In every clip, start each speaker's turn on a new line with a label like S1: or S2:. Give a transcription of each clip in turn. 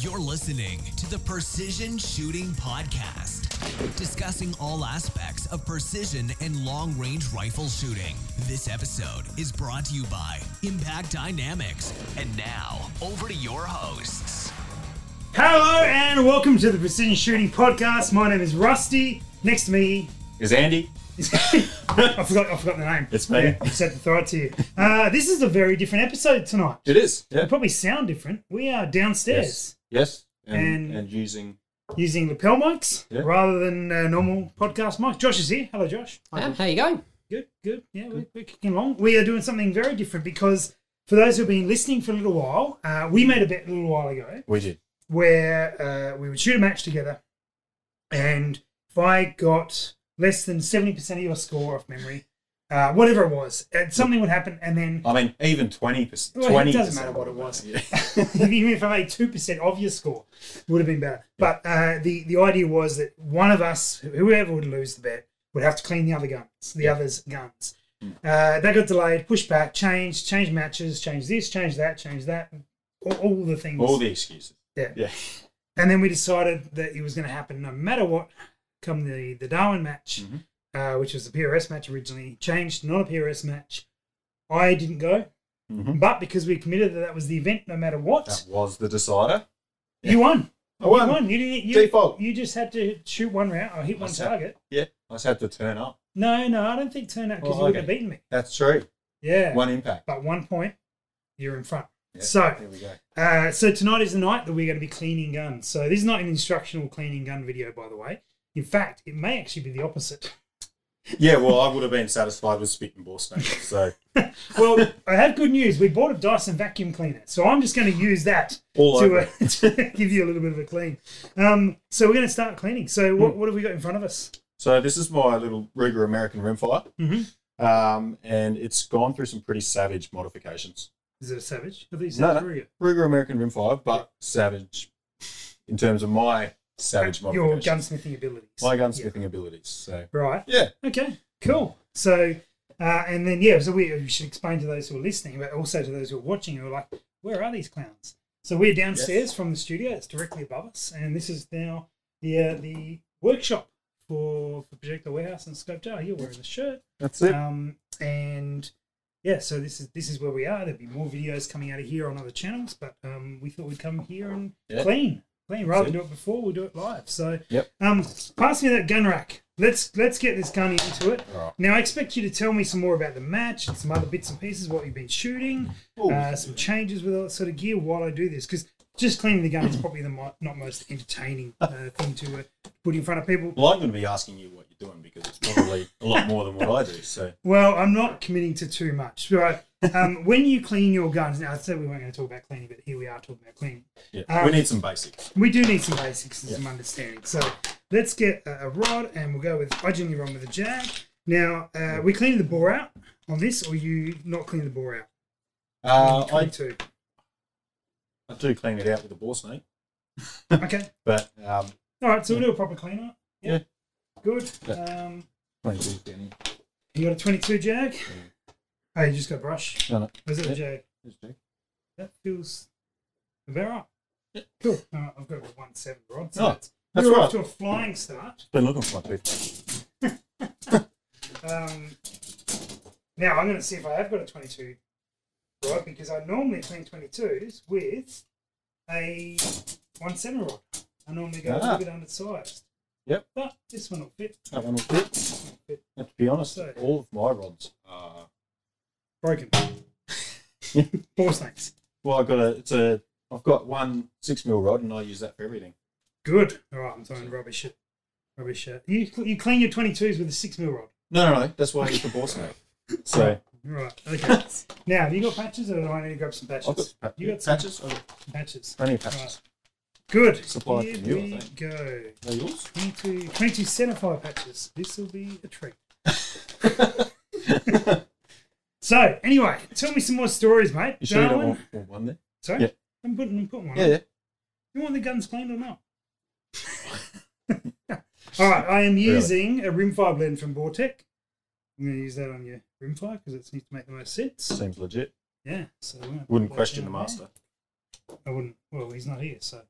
S1: You're listening to the Precision Shooting Podcast, discussing all aspects of precision and long range rifle shooting. This episode is brought to you by Impact Dynamics. And now, over to your hosts.
S2: Hello and welcome to the Precision Shooting Podcast. My name is Rusty. Next to me,
S3: is Andy.
S2: is- I forgot I forgot the name.
S3: It's me.
S2: Yeah, I just had to throw it to you. Uh, this is a very different episode tonight.
S3: It is. Yeah.
S2: It'll probably sound different. We are downstairs
S3: Yes. Yes. And,
S2: And-
S3: and using
S2: using lapel mics
S3: Yeah.
S2: rather than uh, normal podcast mics. Josh is here. Hello, Josh.
S4: Yeah, how you going?
S2: Good, good. Yeah, we're, we're kicking along. We are doing something very different because for those who've been listening for a little while, uh, we made a bet a little while ago
S3: we did.
S2: where uh, we would shoot a match together, and if I got less than seventy percent of your score off memory, uh, whatever it was, and something would happen, and then
S3: I mean, even twenty percent.
S2: Well, it
S3: Twenty
S2: doesn't matter what it was.
S3: Yeah.
S2: even if I made two percent of your score, it would have been better. But uh, the the idea was that one of us, whoever would lose the bet, would have to clean the other guns, the other's guns.
S3: Hmm.
S2: Uh, that got delayed, pushed back, changed, changed matches, changed this, changed that, changed that, all, all the things.
S3: All the excuses.
S2: Yeah.
S3: Yeah.
S2: And then we decided that it was going to happen no matter what. Come the, the Darwin match,
S3: Mm-hmm.
S2: uh, which was a PRS match originally, changed not a PRS match. I didn't go,
S3: Mhm.
S2: but because we committed that that was the event, no matter what,
S3: That was the decider.
S2: you won.
S3: I won.
S2: You won. You didn't. You,
S3: Default.
S2: You just had to shoot one round or hit one
S3: What's that?
S2: target.
S3: Yeah. I just had to turn up.
S2: No, no, I don't think turn out because
S3: Oh,
S2: you would have
S3: okay.
S2: beaten me.
S3: That's true.
S2: Yeah,
S3: One impact.
S2: but one point, you're in front.
S3: Yeah.
S2: So
S3: there we go.
S2: Uh, so tonight is the night that we're going to be cleaning guns. So this is not an instructional cleaning gun video, by the way. In fact, it may actually be the opposite.
S3: Yeah. Well, I would have been satisfied with spit and ball snake. So
S2: Well, I have good news. We bought a Dyson vacuum cleaner, so I'm just going to use that
S3: all
S2: to,
S3: over.
S2: uh,
S3: it.
S2: to give you a little bit of a clean. Um, so we're going to start cleaning. So
S3: Hmm.
S2: what, what have we got in front of us?
S3: So this is my little Ruger American Rimfire,
S2: Mhm.
S3: um, and it's gone through some pretty savage modifications.
S2: Is it a Savage? Are these
S3: No,
S2: Savage
S3: no.
S2: Ruger?
S3: Ruger American Rimfire, but savage in terms of my savage
S2: Your
S3: modifications.
S2: gunsmithing abilities.
S3: my gunsmithing abilities. So
S2: Yeah. Right.
S3: yeah,
S2: Okay, cool. So, uh, and then yeah, so we, we should explain to those who are listening, but also to those who are watching, who are like, where are these clowns? So we're downstairs from the studio; it's directly above us, and this is now the uh, the workshop for, for Projector Warehouse and Scope Tower. You're wearing the shirt,
S3: that's it.
S2: um, and yeah, so this is this is where we are. There'll be more videos coming out of here on other channels, but um, we thought we'd come here and
S3: Yeah.
S2: clean, clean rather than do
S3: That's
S2: it before. We'll do it live. So
S3: Yep.
S2: um, pass me that gun rack. Let's let's get this gun into it.
S3: All right.
S2: Now I expect you to tell me some more about the match and some other bits and pieces, what you've been shooting,
S3: Ooh.
S2: uh, some changes with all that sort of gear while I do this, because just cleaning the gun is probably the mo- not most entertaining uh, thing to uh, put in front of people.
S3: Well, I'm going to be asking you what you're doing because it's probably a lot more than what I do. So
S2: Well, I'm not committing to too much. Right. Um, when you clean your guns, now I said we weren't going to talk about cleaning, but here we are talking about cleaning.
S3: yeah,
S2: Um,
S3: we need some basics.
S2: We do need some basics and some understanding. So let's get a, a rod and we'll go with, I generally run with a jag. Now, uh, we cleaned the bore out on this, or you not clean the bore out?
S3: Uh, I,
S2: 22.
S3: I do clean it out with a ball snake,
S2: okay.
S3: but um,
S2: All right, so we'll do a proper clean up. Good.
S3: Yeah.
S2: Um,
S3: clean it with any-
S2: you got a 22 jag? Oh, you just got a brush.
S3: No, no.
S2: Was it a
S3: Yeah.
S2: jag?
S3: Just check.
S2: That feels about right. Cool. Uh, I've got a one seven rod. So
S3: Oh,
S2: that's,
S3: that's
S2: we we're
S3: right.
S2: off to a flying start.
S3: Been looking for my toothpaste.
S2: Um, now I'm going to see if I have got a twenty two rod because I normally clean twenty twos with a one seven rod. I normally go a
S3: Ah.
S2: little bit undersized.
S3: Yep.
S2: But this one will fit.
S3: That one will fit.
S2: fit.
S3: And to be honest,
S2: So-
S3: all of my rods are.
S2: Broken. Four snakes.
S3: Well, I've got a. It's a. I've got one six mil rod, and I use that for everything.
S2: Good. All right, I'm throwing rubbish. at- Rubbish. at- You you clean your 22s with a six mil rod.
S3: No, no, no. That's why I use the ball snake. So
S2: Right. Okay. now, have you got patches, or do I need to grab some
S3: I've got
S2: patches?
S3: pa-
S2: you got some
S3: patches. I've got
S2: patches.
S3: plenty of patches.
S2: Good.
S3: Supplied
S2: Here
S3: from you, I
S2: we
S3: think.
S2: go.
S3: Are they yours?
S2: 22, 22 centerfire patches. This will be a treat. so, anyway, tell me some more stories, mate.
S3: You sure you don't
S2: Darwin-
S3: want, want one there?
S2: Sorry?
S3: yeah.
S2: I'm putting, I'm putting one
S3: Yeah,
S2: on.
S3: yeah.
S2: You want the guns cleaned or not? All right, I am using a rimfire blend from Bortec. I'm going to use that on your rimfire because it seems to make the most sense.
S3: Seems legit.
S2: Yeah, so we're gonna put
S3: Wouldn't
S2: that
S3: question the
S2: down there.
S3: master.
S2: I wouldn't. Well, he's not here, so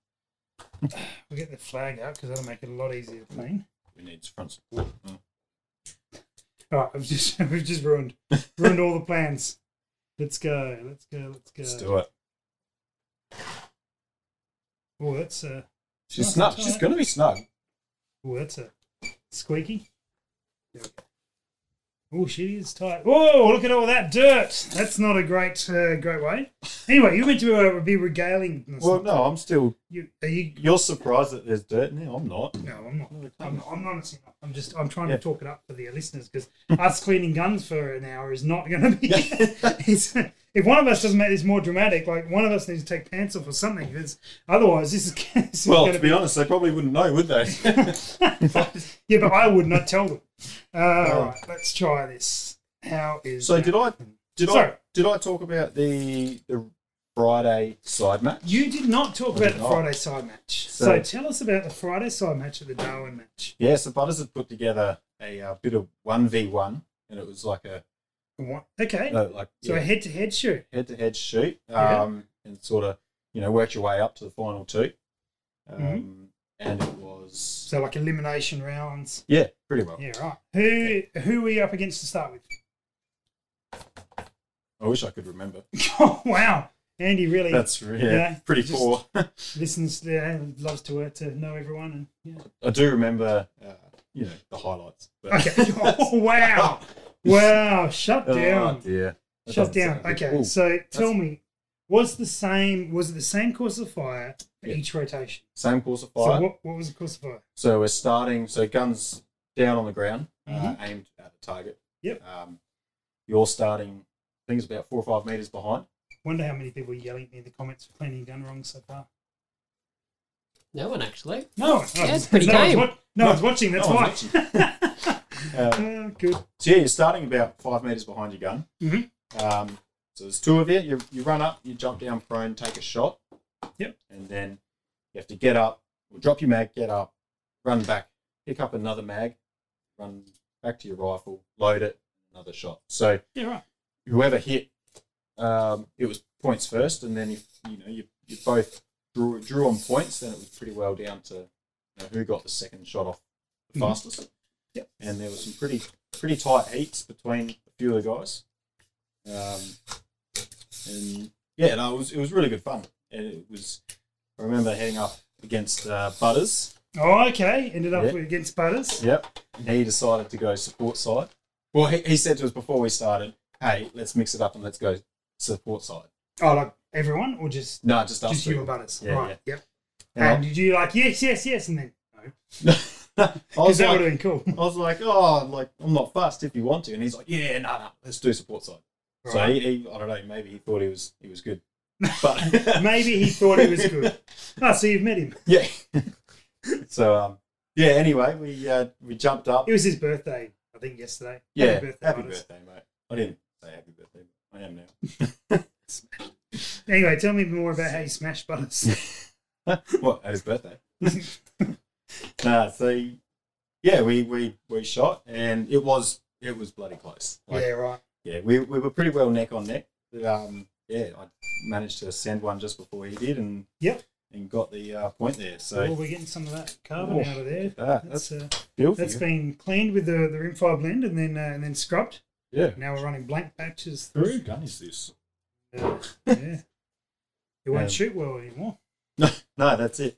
S2: We'll get the flag out because that'll make it a lot easier playing.
S3: We need front support. Oh.
S2: All right, we've just we've just ruined ruined all the plans. Let's go. Let's go. Let's go.
S3: Let's do it.
S2: Oh, that's a
S3: She's
S2: Nice,
S3: snug.
S2: that's
S3: She's
S2: alright.
S3: going to be snug.
S2: oh, that's a squeaky. Oh, she is tight. Whoa! Look at all that dirt. That's not a great uh, great way. Anyway, you meant to uh, be regaling.
S3: Well, no, I'm still.
S2: you, are you?
S3: You're surprised that there's dirt now. I'm not.
S2: No, I'm not. I'm, I'm honestly not. I'm just. I'm trying
S3: Yeah.
S2: to talk it up for the listeners because us cleaning guns for an hour is not going to be. it's, if one of us doesn't make this more dramatic, like one of us needs to take pants off or something, because otherwise this is. This is
S3: Well,
S2: gonna
S3: to be honest, they probably wouldn't know, would they?
S2: Yeah, but I would not tell them. Uh,
S3: Oh.
S2: All right, let's try this. How is?
S3: so
S2: that?
S3: did I? Did
S2: Sorry.
S3: I? Did I talk about the the Friday side match?
S2: You did not talk
S3: I
S2: about
S3: did
S2: the
S3: not.
S2: Friday side match. So,
S3: So-
S2: tell us about the Friday side match at the Darwin match.
S3: Yeah, so Butters had put together a uh, bit of one v one, and it was like a
S2: What? Okay.
S3: no, like
S2: So a head to head shoot.
S3: head to head shoot, um,
S2: Yeah.
S3: and sort of you know worked your way up to the final two, um, and it was
S2: Mm-hmm. So like elimination rounds.
S3: yeah, pretty well.
S2: Yeah, right. Who who were you up against to start with?
S3: I wish I could remember.
S2: oh, wow, Andy really
S3: That's yeah,
S2: Yeah,
S3: pretty
S2: just-
S3: poor.
S2: listens. Yeah, loves to uh, to know everyone. And
S3: I do remember, uh, you know, the highlights.
S2: yeah. Okay. oh, wow, wow. Shut
S3: Oh,
S2: down.
S3: yeah.
S2: Shut down. Okay, so tell me, was the same? Was it the same course of fire for
S3: Yeah.
S2: each rotation?
S3: Same course of
S2: So
S3: fire. So,
S2: what, what was the course of fire?
S3: we're starting. So guns down on the ground, uh, aimed at the target.
S2: Mm-hmm. Yep.
S3: Um, you're starting. I think it's about four or five meters behind.
S2: Wonder how many people are yelling at me in the comments for cleaning gun wrong so far.
S4: No one actually.
S2: No, one-
S4: Yeah, it's pretty
S2: no, one's
S4: game.
S2: wa- no one's watching. That's
S3: No
S2: why.
S3: one's Uh,
S2: Uh, good.
S3: so yeah, you're starting about five meters behind your gun.
S2: Mhm.
S3: Um, so there's two of you. you. You run up, you jump down prone, take a shot.
S2: Yep.
S3: And then you have to get up, or drop your mag, get up, run back, pick up another mag, run back to your rifle, load it, another shot. So
S2: Yeah, right.
S3: whoever hit, um, it was points first, and then if you know you, you both drew drew on points, then it was pretty well down to you know, who got the second shot off the
S2: Mhm.
S3: fastest. Yep. And there was some pretty pretty tight heats between a few of the guys. Um, and yeah, no, it was it was really good fun, and it was. I remember heading up against uh, Butters.
S2: Oh, okay. Ended up
S3: Yeah.
S2: with against Butters.
S3: Yep. And he decided to go support side. Well, he, he said to us before we started, "Hey, let's mix it up and let's go support side."
S2: Oh, like everyone or just
S3: No, just us.
S2: just
S3: three.
S2: you and Butters?
S3: Yeah,
S2: right. Yep.
S3: And I-
S2: And did you like yes, yes, yes, and then no?
S3: I
S2: Because
S3: was
S2: that would
S3: like,
S2: have been cool.
S3: I was like, oh, like I'm not fussed if you want to, and he's like, yeah, no, no, let's do support side. So
S2: Right.
S3: he, he, I don't know, maybe he thought he was he was good, but
S2: Maybe he thought he was good. Oh, so you've met him.
S3: yeah. so um, yeah. Anyway, we uh, we jumped up.
S2: It was his birthday, I think, yesterday.
S3: yeah,
S2: Happy birthday, Butters.
S3: mate. I didn't say happy birthday. But I am now.
S2: Anyway, tell me more about how you smashed Butters.
S3: what at his birthday? nah, so yeah, we we we shot, and it was it was bloody close. Like,
S2: yeah, right.
S3: yeah, we, we were pretty well neck on neck. But, um, yeah, I managed to send one just before he did, and
S2: Yep.
S3: and got the uh, point there.
S2: Well,
S3: So
S2: Oh, we're getting some of that carbon
S3: Oh,
S2: out of there.
S3: ah, that's
S2: That's uh,
S3: filthy.
S2: that's been cleaned with the the rimfire blend and then uh, and then scrubbed.
S3: yeah.
S2: Now we're running blank batches
S3: Whose
S2: through.
S3: gun is this?
S2: Uh, yeah, it won't
S3: Um,
S2: shoot well anymore.
S3: No, no, that's it.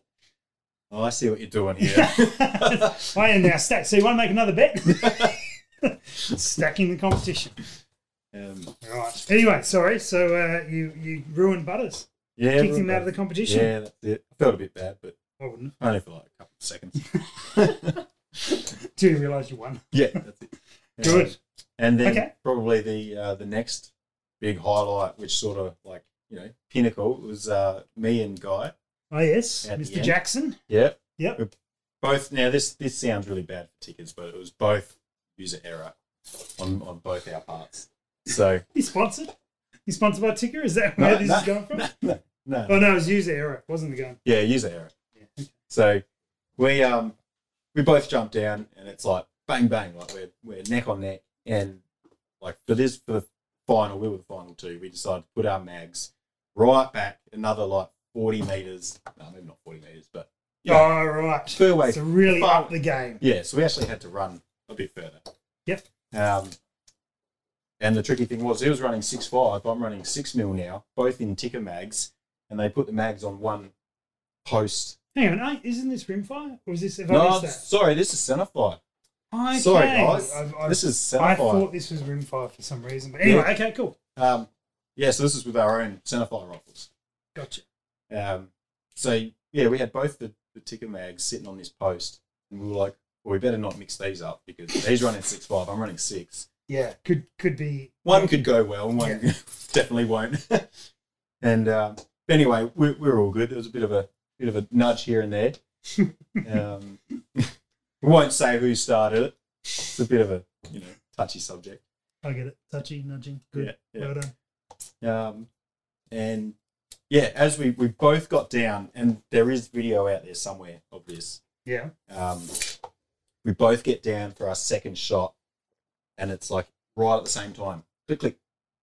S3: Oh, I see what you're doing here.
S2: I am now stacked. So you want to make another bet? Stacking the competition.
S3: um,
S2: All right. Anyway, sorry. So uh, you you ruined Butters.
S3: yeah,
S2: Kicked
S3: everyone-
S2: him out of the competition. Oh,
S3: Yeah, that's it. I felt a bit bad, but
S2: I wouldn't.
S3: only for like a couple of seconds.
S2: Do you realise you won?
S3: yeah, that's it.
S2: Good.
S3: And then
S2: Okay.
S3: probably the uh, the next big highlight, which sort of like you know pinnacle, was uh, me and Guy.
S2: Oh yes,
S3: At the
S2: Mr.
S3: end.
S2: Jackson.
S3: Yeah.
S2: Yep.
S3: Both now this this sounds really bad for tickets, but it was both user error on, on both our parts. So
S2: He's sponsored. He's sponsored by Ticker. Is that where this is going from?
S3: No, no, no.
S2: Oh no, it was user error. It wasn't the gun.
S3: Yeah, user error.
S2: Yeah.
S3: So we um we both jumped down and it's like bang bang, like we're we're neck on neck and like for this for the final, we were the final two, we decided to put our mags right back another like forty meters. No, maybe not forty meters, but Yeah.
S2: Oh, right.
S3: Furway.
S2: So really
S3: Far-
S2: up the game.
S3: Yeah, so we actually had to run a bit further.
S2: Yep.
S3: Um, and the tricky thing was he was running six five. I'm running six mil now, both in ticker mags, and they put the mags on one post.
S2: Hang on, eh, isn't this rimfire? Or is this have I
S3: No,
S2: missed that?
S3: sorry, this is centerfire.
S2: Okay.
S3: Sorry, guys,
S2: I've- I've-
S3: this is
S2: I
S3: centerfire.
S2: thought this was rimfire for some reason, but anyway,
S3: Yeah.
S2: okay, cool,
S3: Um, yeah, so this is with our own centerfire rifles.
S2: gotcha.
S3: Um, so yeah, we had both the, the ticker mags sitting on this post, and we were like, well, we better not mix these up because he's running six five. I'm running six.
S2: Yeah, could could be
S3: one could go well and one definitely won't. and um, but anyway, we, we were all good. There was a bit of a bit of a nudge here and there. um, we won't say who started it. It's a bit of a you know touchy subject.
S2: I get it. Touchy, nudging, good,
S3: Yeah, yeah.
S2: well done.
S3: Um, and yeah, as we we both got down, and there is video out there somewhere of this.
S2: Yeah,
S3: Um, we both get down for our second shot, and it's like right at the same time. Click, click.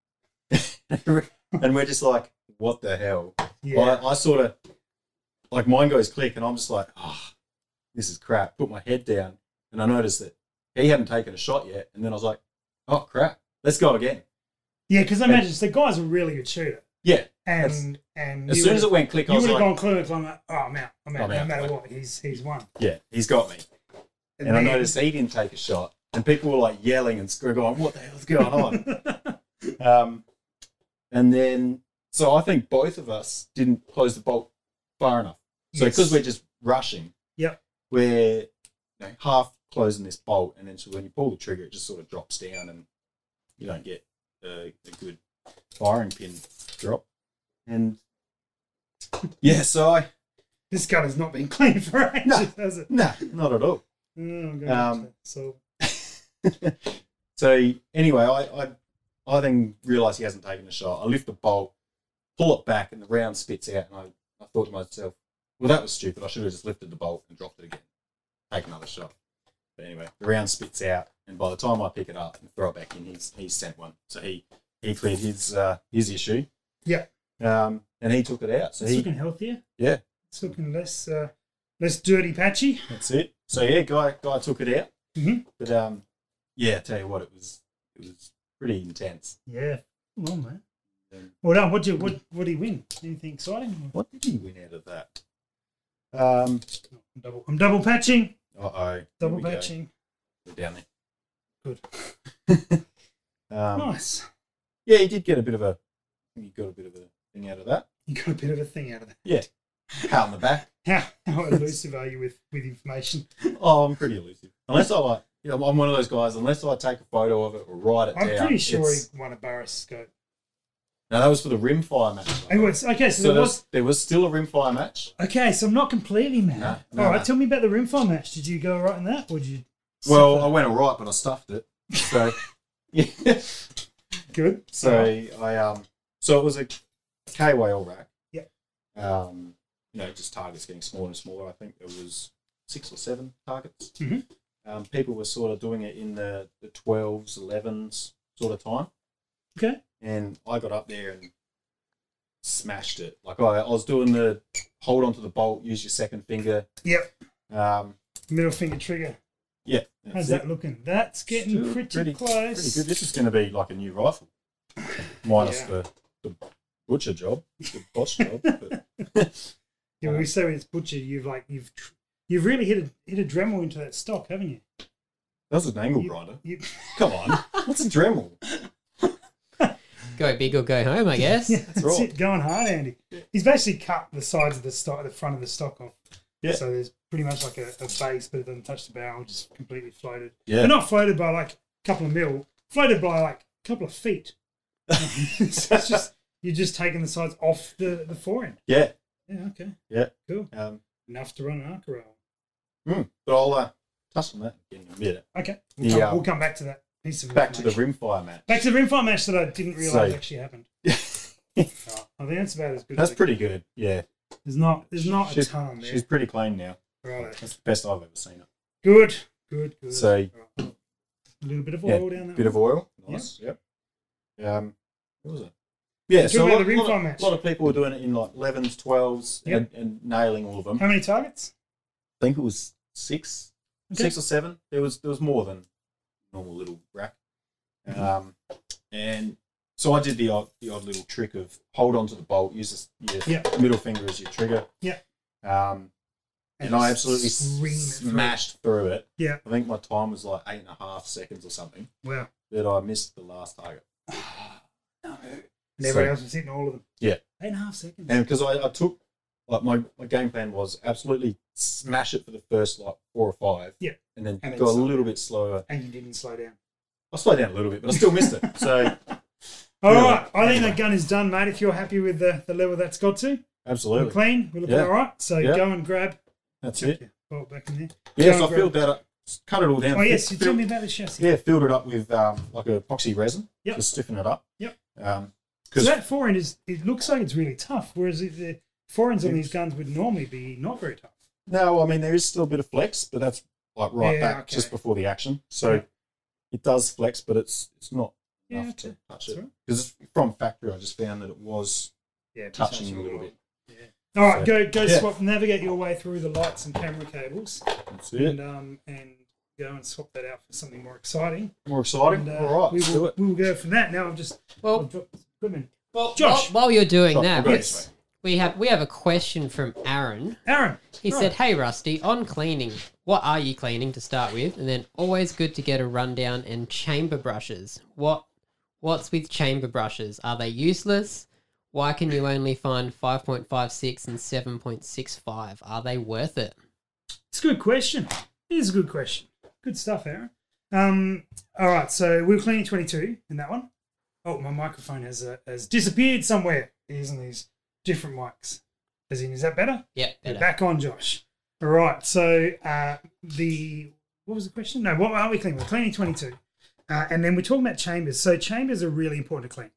S3: and we're just like, what the hell?
S2: yeah.
S3: I, I sort of, like, mine goes click, and I'm just like, ah, this is crap. Put my head down, and I noticed that he hadn't taken a shot yet. And then I was like, oh, crap, let's go again.
S2: Yeah, because I imagine so the guy's a really good shooter,
S3: Yeah.
S2: and and
S3: As
S2: you
S3: soon
S2: would
S3: as
S2: have-
S3: it went click, I
S2: you
S3: was
S2: would have
S3: like,
S2: gone clear, I'm like, oh, I'm out, I'm out,
S3: I'm
S2: no
S3: out,
S2: matter
S3: like-
S2: what, he's he's won.
S3: yeah, he's got me. And, I
S2: then-
S3: noticed he didn't take a shot. And people were like yelling and screw going, what the hell's going on? Um, and then, so I think both of us didn't close the bolt far enough. So
S2: Yes.
S3: because we're just rushing,
S2: Yep.
S3: we're you know, half closing this bolt, and then so when you pull the trigger, it just sort of drops down, and you don't get a, a good firing pin drop. And yeah, so I
S2: this gun has not been clean for ages, has it?
S3: nah, not at all.
S2: Oh, I'm going
S3: Um,
S2: to- so
S3: So anyway, I, I I then realise he hasn't taken a shot. I lift the bolt, pull it back, and the round spits out. And I, I thought to myself, well, that was stupid. I should have just lifted the bolt and dropped it again, take another shot. But anyway, the round spits out, and by the time I pick it up and throw it back in, he's he's sent one. So he he cleared his uh, his issue.
S2: Yeah.
S3: Um, and he took it out. So
S2: it's
S3: he
S2: looking healthier.
S3: yeah,
S2: It's looking less uh, less dirty, patchy.
S3: that's it. So yeah, guy guy took it out.
S2: Mhm.
S3: But um, yeah, I tell you what, it was it was pretty intense.
S2: Yeah, well, man.
S3: Yeah.
S2: Well done. What you what what did he win? Anything exciting?
S3: What did he win out of that? Um,
S2: I'm double, I'm double patching.
S3: uh oh.
S2: Double patching.
S3: We're down there.
S2: Good.
S3: Um,
S2: nice.
S3: Yeah, he did get a bit of a. He got a bit of a thing out of that.
S2: You got a bit of a thing out of that.
S3: Pat on the back.
S2: How, how elusive are you with, with information?
S3: Oh, I'm pretty elusive. Unless I like, you know, I'm one of those guys. Unless I take a photo of it or write it
S2: I'm
S3: down.
S2: pretty sure
S3: it's-
S2: he won a Barris scope.
S3: No, that was for the rimfire match.
S2: It was, okay, so,
S3: So there
S2: there was.
S3: was, there was still a rimfire match.
S2: Okay, so I'm not completely mad.
S3: Nah, nah,
S2: all right,
S3: nah.
S2: tell me about the rimfire match. Did you go all right in that, or did you?
S3: Well, I went all right, but I stuffed it. So, yeah.
S2: good.
S3: So I um so it was a KY all rack.
S2: Yep.
S3: Um, you know, just targets getting smaller and smaller. I think there was six or seven targets.
S2: Mhm.
S3: Um, people were sort of doing it in the the twelves, elevens sort of time,
S2: Okay.
S3: and I got up there and smashed it. Like I, I was doing the hold onto the bolt, use your second finger.
S2: Yep.
S3: Um,
S2: Middle finger trigger.
S3: yeah. that's
S2: How's
S3: it.
S2: that looking? That's getting
S3: Still
S2: pretty,
S3: pretty- Pretty
S2: close.
S3: good. This is going to be like a new rifle, minus
S2: Yeah.
S3: the, the butcher job, the boss job. But
S2: Yeah, when we say when it's butcher, you've like you've tr- you've really hit a hit a Dremel into that stock, haven't you?
S3: that was an angle
S2: You-
S3: grinder.
S2: you
S3: Come on, what's a Dremel?
S4: Go big or go home, I guess.
S2: yeah, that's
S3: right.
S2: it, going hard, Andy. He's basically cut the sides of the stock, the front of the stock off.
S3: Yeah.
S2: So there's pretty much like a, a base, but it doesn't touch the barrel, just completely floated.
S3: Yeah.
S2: But not floated by like a couple of mil, floated by like a couple of feet. so it's just you're just taking the sides off the the forend.
S3: Yeah,
S2: Yeah. Okay.
S3: yeah.
S2: Cool.
S3: Um,
S2: Enough to run an arc rail.
S3: mm, but I'll uh, touch on that again in a minute.
S2: Okay. We'll,
S3: The,
S2: come,
S3: um,
S2: we'll come back to that piece of
S3: Back to the
S2: information.
S3: rimfire match.
S2: back to the rimfire match that I didn't realize
S3: So-
S2: actually happened. Right. I think that's about as good.
S3: That's
S2: as it-
S3: pretty good. Yeah,
S2: There's not. There's not
S3: she's,
S2: a ton there.
S3: She's pretty clean now.
S2: Right.
S3: That's the best I've ever seen her.
S2: Good, good, good.
S3: So-
S2: Right. a little bit of
S3: Yeah,
S2: oil down there.
S3: Bit of oil. Nice. Yep. Um, what was it? Yeah, so a
S2: about
S3: lot,
S2: the rimfire
S3: lot,
S2: match.
S3: lot of people were doing it in like 11s, 12s,
S2: Yep.
S3: and, and nailing all of them.
S2: How many targets?
S3: think it was six,
S2: Okay.
S3: six or seven. There was there was more than normal little rack,
S2: Mm-hmm.
S3: um, and so I did the odd the odd little trick of hold on to the bolt, use this, your
S2: Yeah.
S3: middle finger as your trigger.
S2: Yeah.
S3: Um, and I absolutely
S2: Swing it through.
S3: smashed through it.
S2: Yeah.
S3: I think my time was like eight and a half seconds or something
S2: Wow.
S3: that I missed the last target.
S2: And everyone
S3: So-
S2: else was hitting all of them.
S3: Yeah.
S2: Eight and a half seconds.
S3: And because I, I took, like, my, my game plan was absolutely smash it for the first, like, four or five.
S2: Yeah.
S3: And then
S2: And then
S3: go a
S2: slow.
S3: little bit slower.
S2: and you didn't slow down.
S3: I slowed down a little bit, but I still missed it. So,
S2: All
S3: Yeah.
S2: right, I think
S3: Anyway.
S2: that gun is done, mate. If you're happy with the, the level that's got to, we're
S3: absolutely.
S2: clean, we're looking
S3: Yeah.
S2: all right. So
S3: Yeah.
S2: go and grab.
S3: That's
S2: Check
S3: it.
S2: your bolt back in there.
S3: Yeah,
S2: Go
S3: so I
S2: and
S3: filled
S2: grab-
S3: that up, just cut it all down.
S2: Oh, yes, you
S3: Filled-
S2: told me about the chassis.
S3: Yeah, filled it up with, um, like, a epoxy resin
S2: Yep.
S3: to stiffen it up.
S2: Yep.
S3: Um,
S2: So
S3: 'cause-
S2: that four end is, it looks like it's really tough, whereas it, the four ends on these guns would normally be not very tough.
S3: No, I mean there is still a bit of flex, but that's like right
S2: Yeah,
S3: back
S2: okay.
S3: just before the action. So
S2: Yeah.
S3: it does flex, but it's it's not
S2: Yeah,
S3: enough
S2: okay.
S3: to touch
S2: That's
S3: it
S2: right.
S3: because from factory I just found that it was
S2: Yeah,
S3: touching a little bit.
S2: All right,
S3: So-
S2: go go
S3: Yeah.
S2: swap, navigate your way through the lights and camera cables,
S3: That's it.
S2: and um and go and swap that out for something more exciting.
S3: More exciting.
S2: And, uh,
S3: All right,
S2: we
S3: let's
S2: will
S3: do it.
S2: we will go from that. Now I've just I've
S4: Well,
S2: dropped this equipment.
S4: well
S2: Josh.
S4: While, while you're doing
S3: Oh, I'll
S4: that,
S3: go
S2: yes.
S3: this way.
S4: we have we have a question from Aaron.
S2: Aaron,
S4: He
S2: Right.
S4: said, "Hey Rusty, on cleaning, what are you cleaning to start with? And then always good to get a rundown and chamber brushes. What what's with chamber brushes? Are they useless? Why can you only find 5.56 and 7.65? Are they worth it?
S2: It's a good question. It is a good question. Good stuff, Aaron. Um, all right, so we were cleaning 22 in that one. Oh, my microphone has uh, has disappeared somewhere. Using these different mics. As in, is that better?
S4: Yeah,
S2: We're
S4: better.
S2: Back on, Josh. All right, so uh, the what was the question? No, what are we cleaning? We're cleaning 22. Uh, and then we're talking about chambers. So chambers are really important to clean.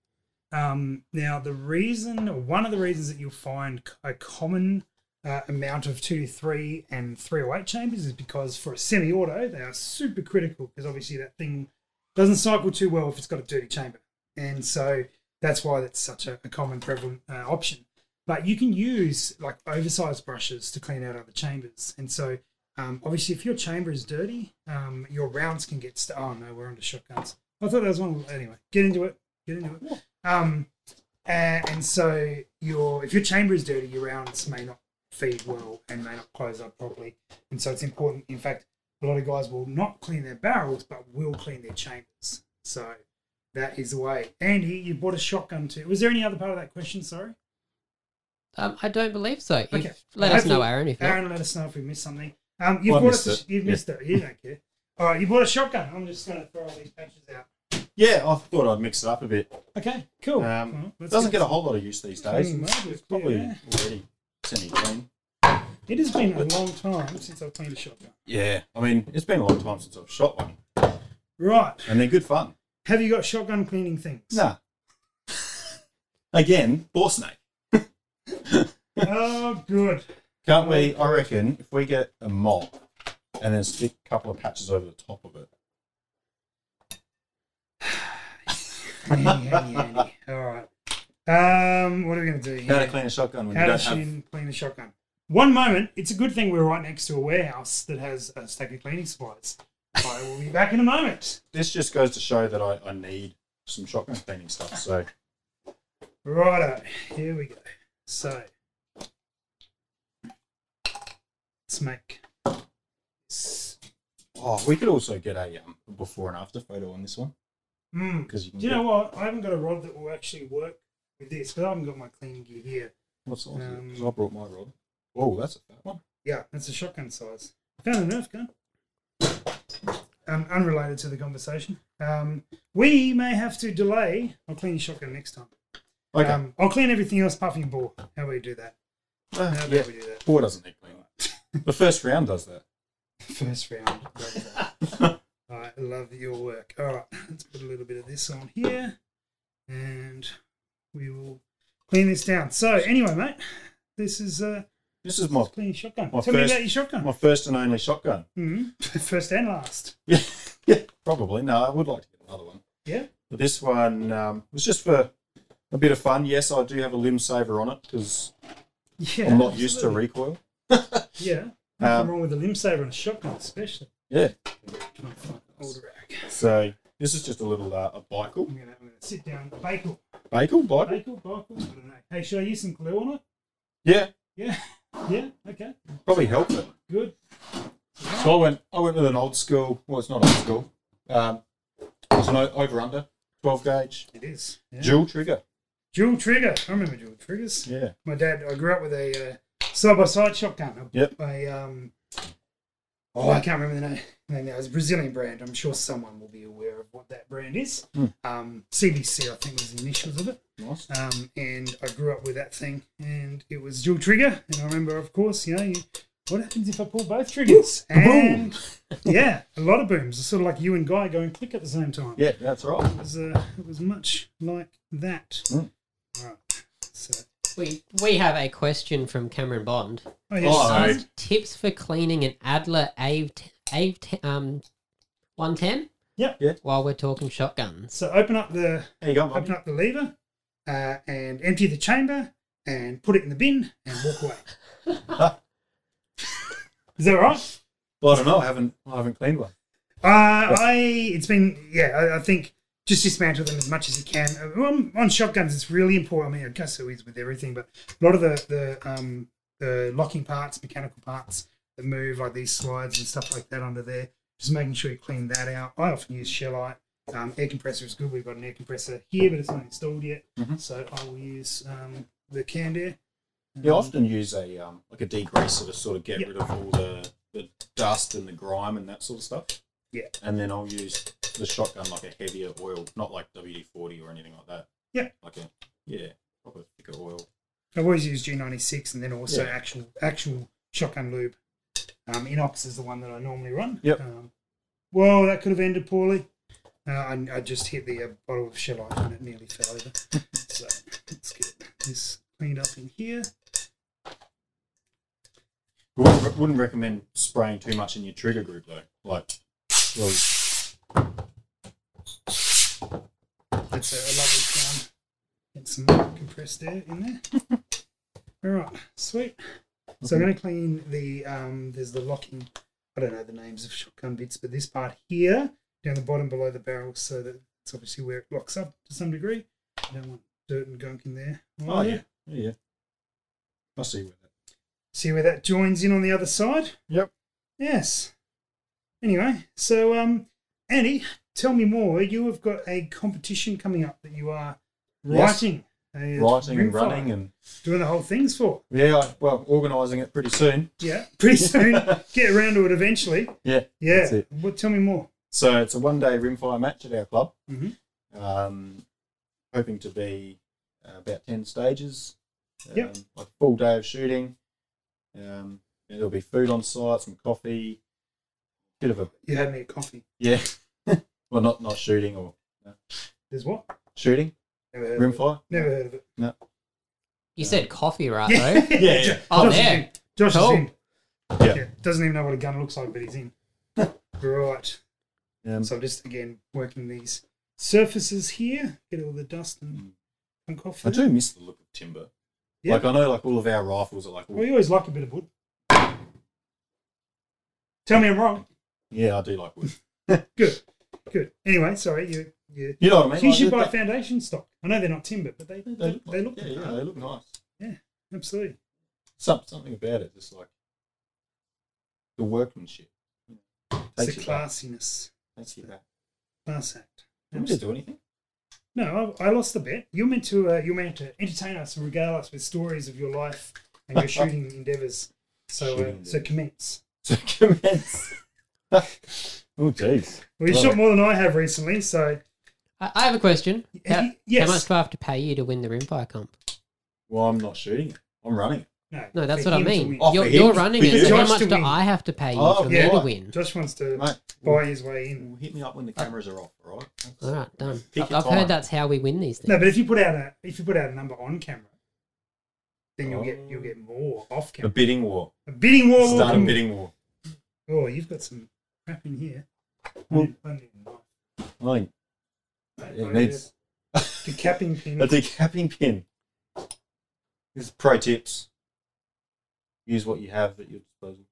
S2: Um, now, the reason, or one of the reasons that you'll find c- a common uh, amount of 223 and 308 chambers is because for a semi auto, they are super critical because obviously that thing doesn't cycle too well if it's got a dirty chamber. And so that's why that's such a, a common prevalent uh, option. But you can use like oversized brushes to clean out other chambers. And so um, obviously, if your chamber is dirty, um, your rounds can get. St- oh no, we're onto shotguns. I thought that was one. Anyway, get into it. Get into it. Um, a- and, so your if your chamber is dirty, your rounds may not feed well and may not close up properly. And so it's important. In fact, a lot of guys will not clean their barrels, but will clean their chambers. So that is the way. Andy, you bought a shotgun too. Was there any other part of that question? Sorry.
S4: Um, I don't believe so. If-
S2: Okay.
S4: Let us know, Aaron, if not.
S2: Aaron, let us know if we missed something. Um, you've
S3: Well, I
S2: bought
S3: missed
S2: us.
S3: it.
S2: You've
S3: Yeah.
S2: missed it. You don't care. All right, you bought a shotgun. I'm just going to throw all these patches out.
S3: Yeah, I thought I'd mix it up a bit.
S2: Okay, cool.
S3: Um,
S2: Well,
S3: it doesn't
S2: get-
S3: get a whole lot of use these days.
S2: Mm,
S3: It's,
S2: maybe,
S3: it's probably
S2: yeah.
S3: already semi-clean.
S2: It has been a long time since I've cleaned a shotgun.
S3: Yeah, I mean it's been a long time since I've shot one,
S2: Right.
S3: and they're good fun.
S2: Have you got shotgun cleaning things?
S3: Nah. Again, boar snake.
S2: oh, good.
S3: Can't we? I reckon if we get a mop and then stick a couple of patches over the top of it.
S2: Andy, Andy, Andy. All right. Um, what are we going to do?
S3: How to
S2: here?
S3: clean a shotgun when
S2: How
S3: you
S2: to
S3: Uh, don't have.
S2: clean, clean a shotgun. One moment. It's a good thing we're right next to a warehouse that has a stack of cleaning supplies. I will be back in a moment.
S3: This just goes to show that I, I need some shotgun cleaning stuff. So
S2: Righto, here we go. So let's make s-
S3: oh, we could also get a um, before and after photo on this one
S2: mm.
S3: because you can.
S2: Do you
S3: get,
S2: know what? I haven't got a rod that will actually work with this because I haven't got my cleaning gear here.
S3: What size? is it? 'Cause
S2: Um,
S3: I brought my rod. Oh, that's a fat one.
S2: Yeah, that's a shotgun size. Found a Nerf gun. Um, unrelated to the conversation. Um, we may have to delay. I'll clean your shotgun next time.
S3: Okay.
S2: Um, I'll clean everything else apart from your ball. How about you do that?
S3: Uh,
S2: How about
S3: yeah,
S2: we do that?
S3: boar doesn't need cleaning. the first round does that.
S2: First round. I love your work. All right, let's put a little bit of this on here and we will clean this down. So, anyway, mate, this is uh,
S3: This is my
S2: clean shotgun.
S3: My
S2: Tell me
S3: first-
S2: about your shotgun.
S3: my first and only shotgun.
S2: Mhm. First and last.
S3: Yeah, yeah, probably. No, I would like to get another one.
S2: Yeah.
S3: But this one um, was just for a bit of fun. Yes, I do have a limb saver on it because
S2: Yeah.
S3: I'm not used to
S2: absolutely.
S3: recoil.
S2: Yeah. Nothing
S3: Um,
S2: wrong with a limb saver and a shotgun, especially.
S3: Yeah.
S2: Trying to find an old rack.
S3: So this is just a little uh, a bicycle.
S2: I'm going to I'm gonna sit down. Bagel.
S3: Bagel?
S2: Bagel,
S3: Bicycle?
S2: bagel. I don't know. Hey, should I use some glue on it?
S3: Yeah.
S2: Yeah. Yeah. Okay.
S3: Probably help it.
S2: Good.
S3: So I went I went with an old school well it's not old school. Um it was an o- over under, twelve gauge,
S2: It is. Yeah.
S3: dual trigger.
S2: Dual trigger. I remember dual triggers.
S3: Yeah.
S2: My dad, I grew up with a uh, side by side shotgun. A,
S3: Yep.
S2: A, um, oh, I can't remember the name. the name now. It's a Brazilian brand. I'm sure someone will be aware of what that brand is.
S3: Hmm.
S2: Um, CBC, I think, was the initials of it.
S3: Nice.
S2: Um, and I grew up with that thing, and it was dual trigger. And I remember, of course, you know, you, what happens if I pull both triggers?
S3: Boom.
S2: And yeah, a lot of booms. It's sort of like you and Guy going click at the same time.
S3: Yeah, that's right.
S2: It was, uh, it was much like that.
S3: Mm.
S2: Right. So,
S4: We we have a question from Cameron Bond.
S2: oh, yes.
S3: Oh,
S4: Um,
S3: Right.
S4: Tips for cleaning an Adler AV, t- AV t- um, 110?
S2: Yep.
S3: Yeah.
S4: While we're talking shotguns.
S2: So open up the
S3: There you go, mate.
S2: open up the lever, uh, and empty the chamber, and put it in the bin, and walk away. Is that all right?
S3: Well, I don't know, I haven't I haven't cleaned one.
S2: Uh, I it's been yeah. I, I think just dismantle them as much as you can. Uh, On, on shotguns, it's really important. I mean, I guess it is with everything, but a lot of the the um, the locking parts, mechanical parts that move, like these slides and stuff like that under there. Just making sure you clean that out. I often use shellite. Um, air compressor is good. We've got an air compressor here, but it's not installed yet.
S3: Mhm.
S2: So I will use um, the canned air.
S3: You often use a um, like a degreaser to sort of get
S2: Yeah.
S3: rid of all the, the dust and the grime and that sort of stuff.
S2: Yeah.
S3: And then I'll use the shotgun like a heavier oil, not like WD forty or anything like that.
S2: Yeah.
S3: Like a yeah, proper thicker oil.
S2: I've always used G96 and then also
S3: Yeah.
S2: actual actual shotgun lube. Um, Inox is the one that I normally run.
S3: Yep.
S2: Um, well, that could have ended poorly. Uh, I, I just hit the uh, bottle of shellite and it nearly fell over. so let's get this cleaned up in here.
S3: I wouldn't, wouldn't recommend spraying too much in your trigger group though. Like, well,
S2: That's a lovely sound. Get some more compressed air in there. All right, sweet. So I'm going to clean the um. There's the locking. I don't know the names of shotgun bits, but this part here down the bottom below the barrel, so that it's obviously where it locks up to some degree. I don't want dirt and gunk in there.
S3: oh yeah, yeah. yeah. I see where that.
S2: See where that joins in on the other side.
S3: Yep.
S2: Yes. Anyway, so um, Annie, tell me more. You have got a competition coming up that you are
S3: Yes.
S2: writing, a
S3: Writing
S2: ring
S3: and
S2: fire,
S3: running and
S2: doing the whole things for.
S3: yeah, I- well, organising it pretty soon.
S2: Yeah, pretty soon get around to it eventually.
S3: Yeah,
S2: Yeah.
S3: That's it.
S2: Well, tell me more.
S3: So it's a one day rimfire match at our club.
S2: Mhm.
S3: Um, hoping to be uh, about 10 stages. Um,
S2: Yep.
S3: Like a full day of shooting. Um, and there'll be food on site, some coffee, bit of a,
S2: You had me a coffee.
S3: yeah. well, not, not shooting or
S2: There's what?
S3: shooting,
S2: Never heard. Of it.
S3: rimfire.
S2: Never heard of it.
S4: You said coffee, right, though?
S2: yeah.
S3: Yeah, yeah.
S4: Oh,
S2: Josh is
S4: yeah.
S2: in. Josh
S4: Cool.
S2: is in.
S3: Yeah.
S2: Doesn't even know what a gun looks like, but he's in. right.
S3: Um,
S2: So just again working these surfaces here, get all the dust and
S3: Mm.
S2: and off.
S3: I
S2: there.
S3: do miss the look of timber.
S2: Yeah.
S3: Like I know, like all of our rifles are like,
S2: Well, you always like a bit of wood. Tell me I'm wrong.
S3: yeah, I do like wood.
S2: Good. Good. Anyway, sorry. You you
S3: You know what I mean?
S2: So you
S3: Like,
S2: should
S3: they-
S2: buy foundation stock. I know they're not timber, but they,
S3: they,
S2: they, they look
S3: yeah, yeah, they look nice.
S2: absolutely.
S3: some, something about it, just like the workmanship.
S2: It's
S3: Takes
S2: the
S3: you back.
S2: classiness,
S3: Takes you back.
S2: class act.
S3: We didn't do anything.
S2: No, I, I lost the bet. You're meant to uh, you're meant to entertain us and regale us with stories of your life and your shooting endeavors. So uh,
S3: Shooting
S2: so
S3: endeavours.
S2: commence.
S3: So commence. oh jeez.
S2: Well, you
S3: Well,
S2: shot more than I have recently, so
S4: I, I have a question.
S2: Have
S4: How,
S2: you- yes.
S4: how much do I have to pay you to win the rimfire comp?
S3: Well, I'm not shooting. it. I'm running. it.
S2: no.
S4: No, that's
S2: for
S4: what I
S2: him to
S4: mean.
S2: win.
S3: Oh, for
S4: You're,
S3: him?
S4: you're running
S3: For
S4: it.
S3: you?
S4: So how
S2: Josh
S4: much
S2: to
S4: do
S2: win.
S4: I have to pay you
S3: Oh,
S4: for
S2: yeah.
S4: me to win?
S2: Josh wants to
S3: Mate,
S2: buy his way in.
S3: well, hit me up when the
S2: Uh,
S3: cameras are off, all right?
S4: All right, done.
S3: Pick
S4: I've,
S3: your
S4: I've
S3: time.
S4: heard that's how we win these things.
S2: No, but if you put out a if you put out a number on camera, then you'll get
S3: Oh.
S2: you'll get more off
S3: A
S2: camera.
S3: bidding war.
S2: A bidding war. will
S3: Start a
S2: come.
S3: bidding war.
S2: Oh, you've got some crap in here.
S3: Well-
S2: Well, I need a knife.
S3: I
S2: Mate,
S3: think it
S2: I
S3: needs
S2: need a capping pin.
S3: a decapping pin. This is pro tips. Use what you have at your disposal.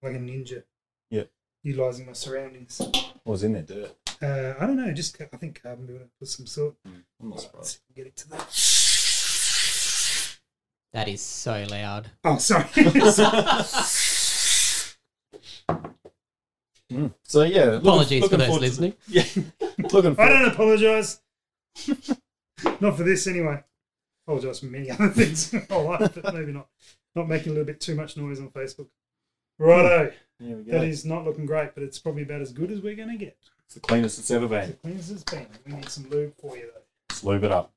S2: like a ninja.
S3: Yeah.
S2: Utilizing my surroundings.
S3: What was in there? Dirt.
S2: Uh, I don't know. Just ca- I think um, carbon buildup of some sort.
S3: I'm not
S2: Let's
S3: surprised.
S2: see if we can get it to that.
S4: That is so loud.
S2: Oh, sorry.
S3: Mm. So yeah, looking-
S4: Apologies
S3: looking
S4: for those
S3: forward to
S4: listening.
S3: the- yeah, looking
S2: I
S3: forward.
S2: don't apologise. not for this anyway. Apologise for many other things in my life, but maybe not. Not making a little bit too much noise on Facebook. Righto.
S3: There we go.
S2: That is not looking great, but it's probably about as good as we're going to get.
S3: It's the cleanest it's ever been.
S2: Clean as it's been. We need some lube for you, though.
S3: Just lube it up.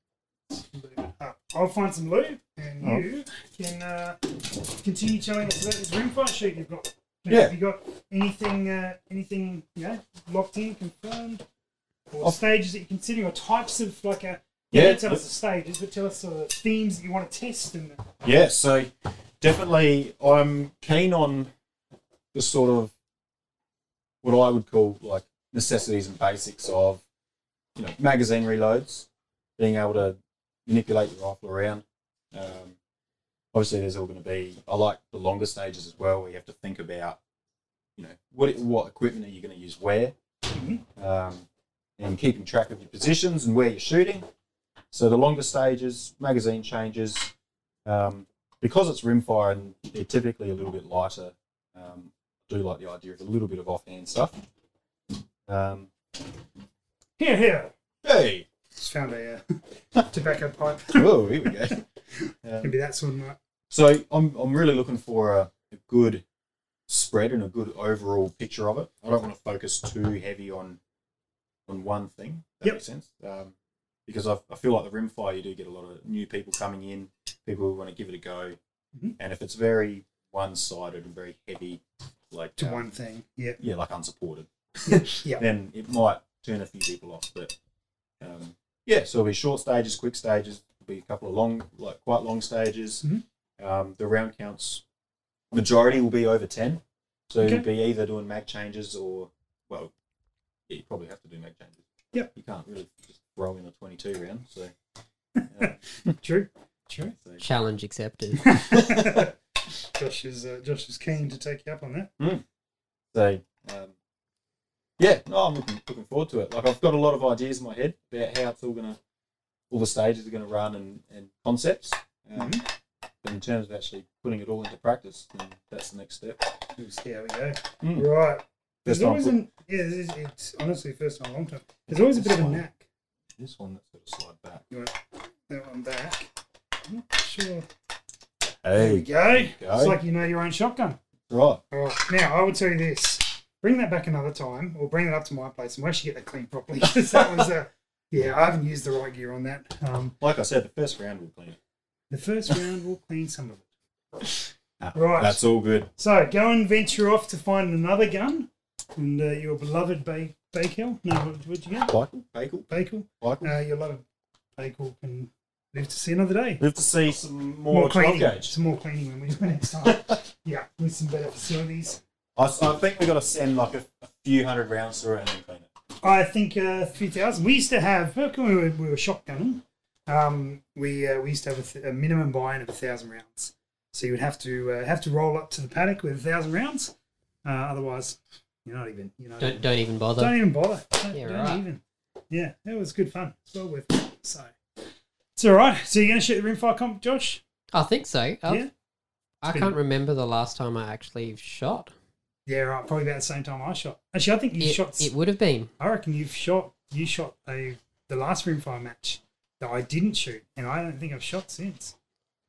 S2: Lube it up. I'll find some lube, and
S3: Oh.
S2: you can uh, continue telling us about this ring fight sheet you've got.
S3: Yeah.
S2: Have you got anything, uh, anything, you know, locked in, confirmed, or
S3: I'll-
S2: stages that you're considering, or types of like a.
S3: Yeah,
S2: Yeah, don't tell
S3: yeah.
S2: us the stages, but tell us the themes that you want to test and
S3: Yeah, so definitely I'm keen on the sort of what I would call like necessities and basics of you know magazine reloads, being able to manipulate your rifle around. Um, obviously, there's all going to be. I like the longer stages as well, where you have to think about you know what what equipment are you going to use where, um, and keeping track of your positions and where you're shooting. So the longer stages, magazine changes, um, because it's rimfire and they're typically a little bit lighter, um, I do like the idea of a little bit of offhand stuff. Um,
S2: here, here.
S3: hey,
S2: Just found a uh, tobacco pipe.
S3: whoa, here we go. Um,
S2: Could be that sort of night.
S3: So I'm, I'm really looking for a, a good spread and a good overall picture of it. I don't want to focus too heavy on on one thing. That
S2: Yep.
S3: makes sense. Um, because I, I feel like the rimfire, you do get a lot of new people coming in, people who want to give it a go.
S2: Mhm.
S3: And if it's very one sided and very heavy, like
S2: to
S3: uh,
S2: one thing. Yeah,
S3: yeah, like unsupported.
S2: Yeah.
S3: Then it might turn a few people off. But um, yeah, so it'll be short stages, quick stages, it'll be a couple of long, like quite long stages.
S2: Mhm.
S3: Um, the round counts majority will be over ten, so
S2: Okay.
S3: it'll be either doing mag changes or well, yeah, you probably have to do mag changes.
S2: Yep.
S3: You can't really just throw in a twenty-two round. So. uh,
S2: true, true.
S3: so
S4: Challenge accepted.
S2: Josh is uh, Josh is keen to take you up on that.
S3: So, um, yeah, no, I'm looking, looking forward to it. Like, I've got a lot of ideas in my head about how it's all going to, all the stages are going to run and, and concepts. Um, But in terms of actually putting it all into practice, then that's the next step.
S2: We'll see how we go.
S3: Mm.
S2: Right.
S3: First
S2: There's
S3: time
S2: always
S3: put-
S2: an yeah. This is, it's honestly first time, in a long time. There's always a bit of a knack.
S3: This one, that's got to slide back.
S2: You want that one back? I'm not sure. There we
S3: Hey,
S2: go.
S3: go.
S2: It's like you know your own shotgun.
S3: right.
S2: All right. Now, I will tell you this. Bring that back another time, or bring that up to my place, and we'll actually get that cleaned properly. 'Cause that was, uh, yeah, I haven't used the right gear on that. Um,
S3: Like I said, the first round will clean it.
S2: the first round, we'll clean some of it.
S3: Ah,
S2: Right.
S3: That's all good.
S2: So, go and venture off to find another gun, and uh, your beloved ba- Bakel. No, what, what'd you get?
S3: Michael, Michael,
S2: Bakel.
S3: Michael.
S2: Uh, your beloved Bakel can live to see another day.
S3: we have to see some more, 12
S2: cleaning.
S3: gauge.
S2: Some more cleaning when we do it next time. yeah, with some better facilities.
S3: I, s- I think we got to send like a, a few hundred rounds through it and then clean it.
S2: I think uh, 3000. We used to have, back when we were, we were shotgunning, um, we, uh, we used to have a, th- a minimum buy in of 1,000 rounds. So you would have to uh, have to roll up to the paddock with 1,000 rounds. Uh, otherwise, you're not even. You're not
S4: don't
S2: even,
S4: don't even bother.
S2: don't even bother. Don't,
S4: Yeah,
S2: don't
S4: right.
S2: even. Yeah, it was good fun. It's well worth it. So it's all right. So you're going to shoot the rimfire comp, Josh?
S4: I think so. Oh,
S2: Yeah.
S4: I
S2: been-
S4: can't remember the last time I actually shot.
S2: Yeah, right. Probably about the same time I shot. Actually, I think you
S4: It,
S2: shot. s-
S4: it would have been.
S2: I reckon you've shot you shot a the last rimfire match that I didn't shoot, and I don't think I've shot since.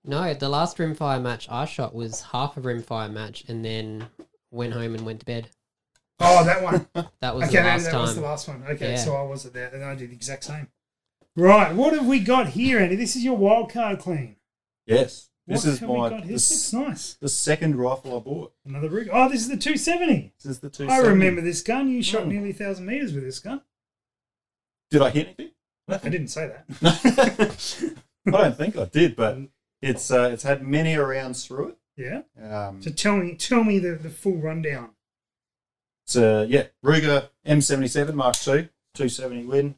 S4: No, the last rimfire match I shot was half a rimfire match and then went home and went to bed.
S2: Oh, that one.
S4: That was
S2: okay,
S4: the
S2: no,
S4: last
S2: that
S4: time.
S2: was the last one. Okay,
S4: Yeah.
S2: so I was at that, and I did the exact same. Right, what have we got here, Andy? This is your wild card clean.
S3: Yes.
S2: What
S3: This is
S2: have
S3: my
S2: we got here?
S3: this-
S2: This looks nice.
S3: the second rifle I bought.
S2: Another rig. Oh, this is the 270.
S3: This is the two.
S2: I remember this gun. You shot
S3: Mm.
S2: nearly 1,000 meters with this gun.
S3: Did I hit anything?
S2: I didn't say that.
S3: I don't think I did, but it's uh, it's had many rounds through
S2: Yeah.
S3: it. Um,
S2: So tell me, tell me the, the full rundown.
S3: it's uh, yeah, Ruger M77 Mark II, 270 win.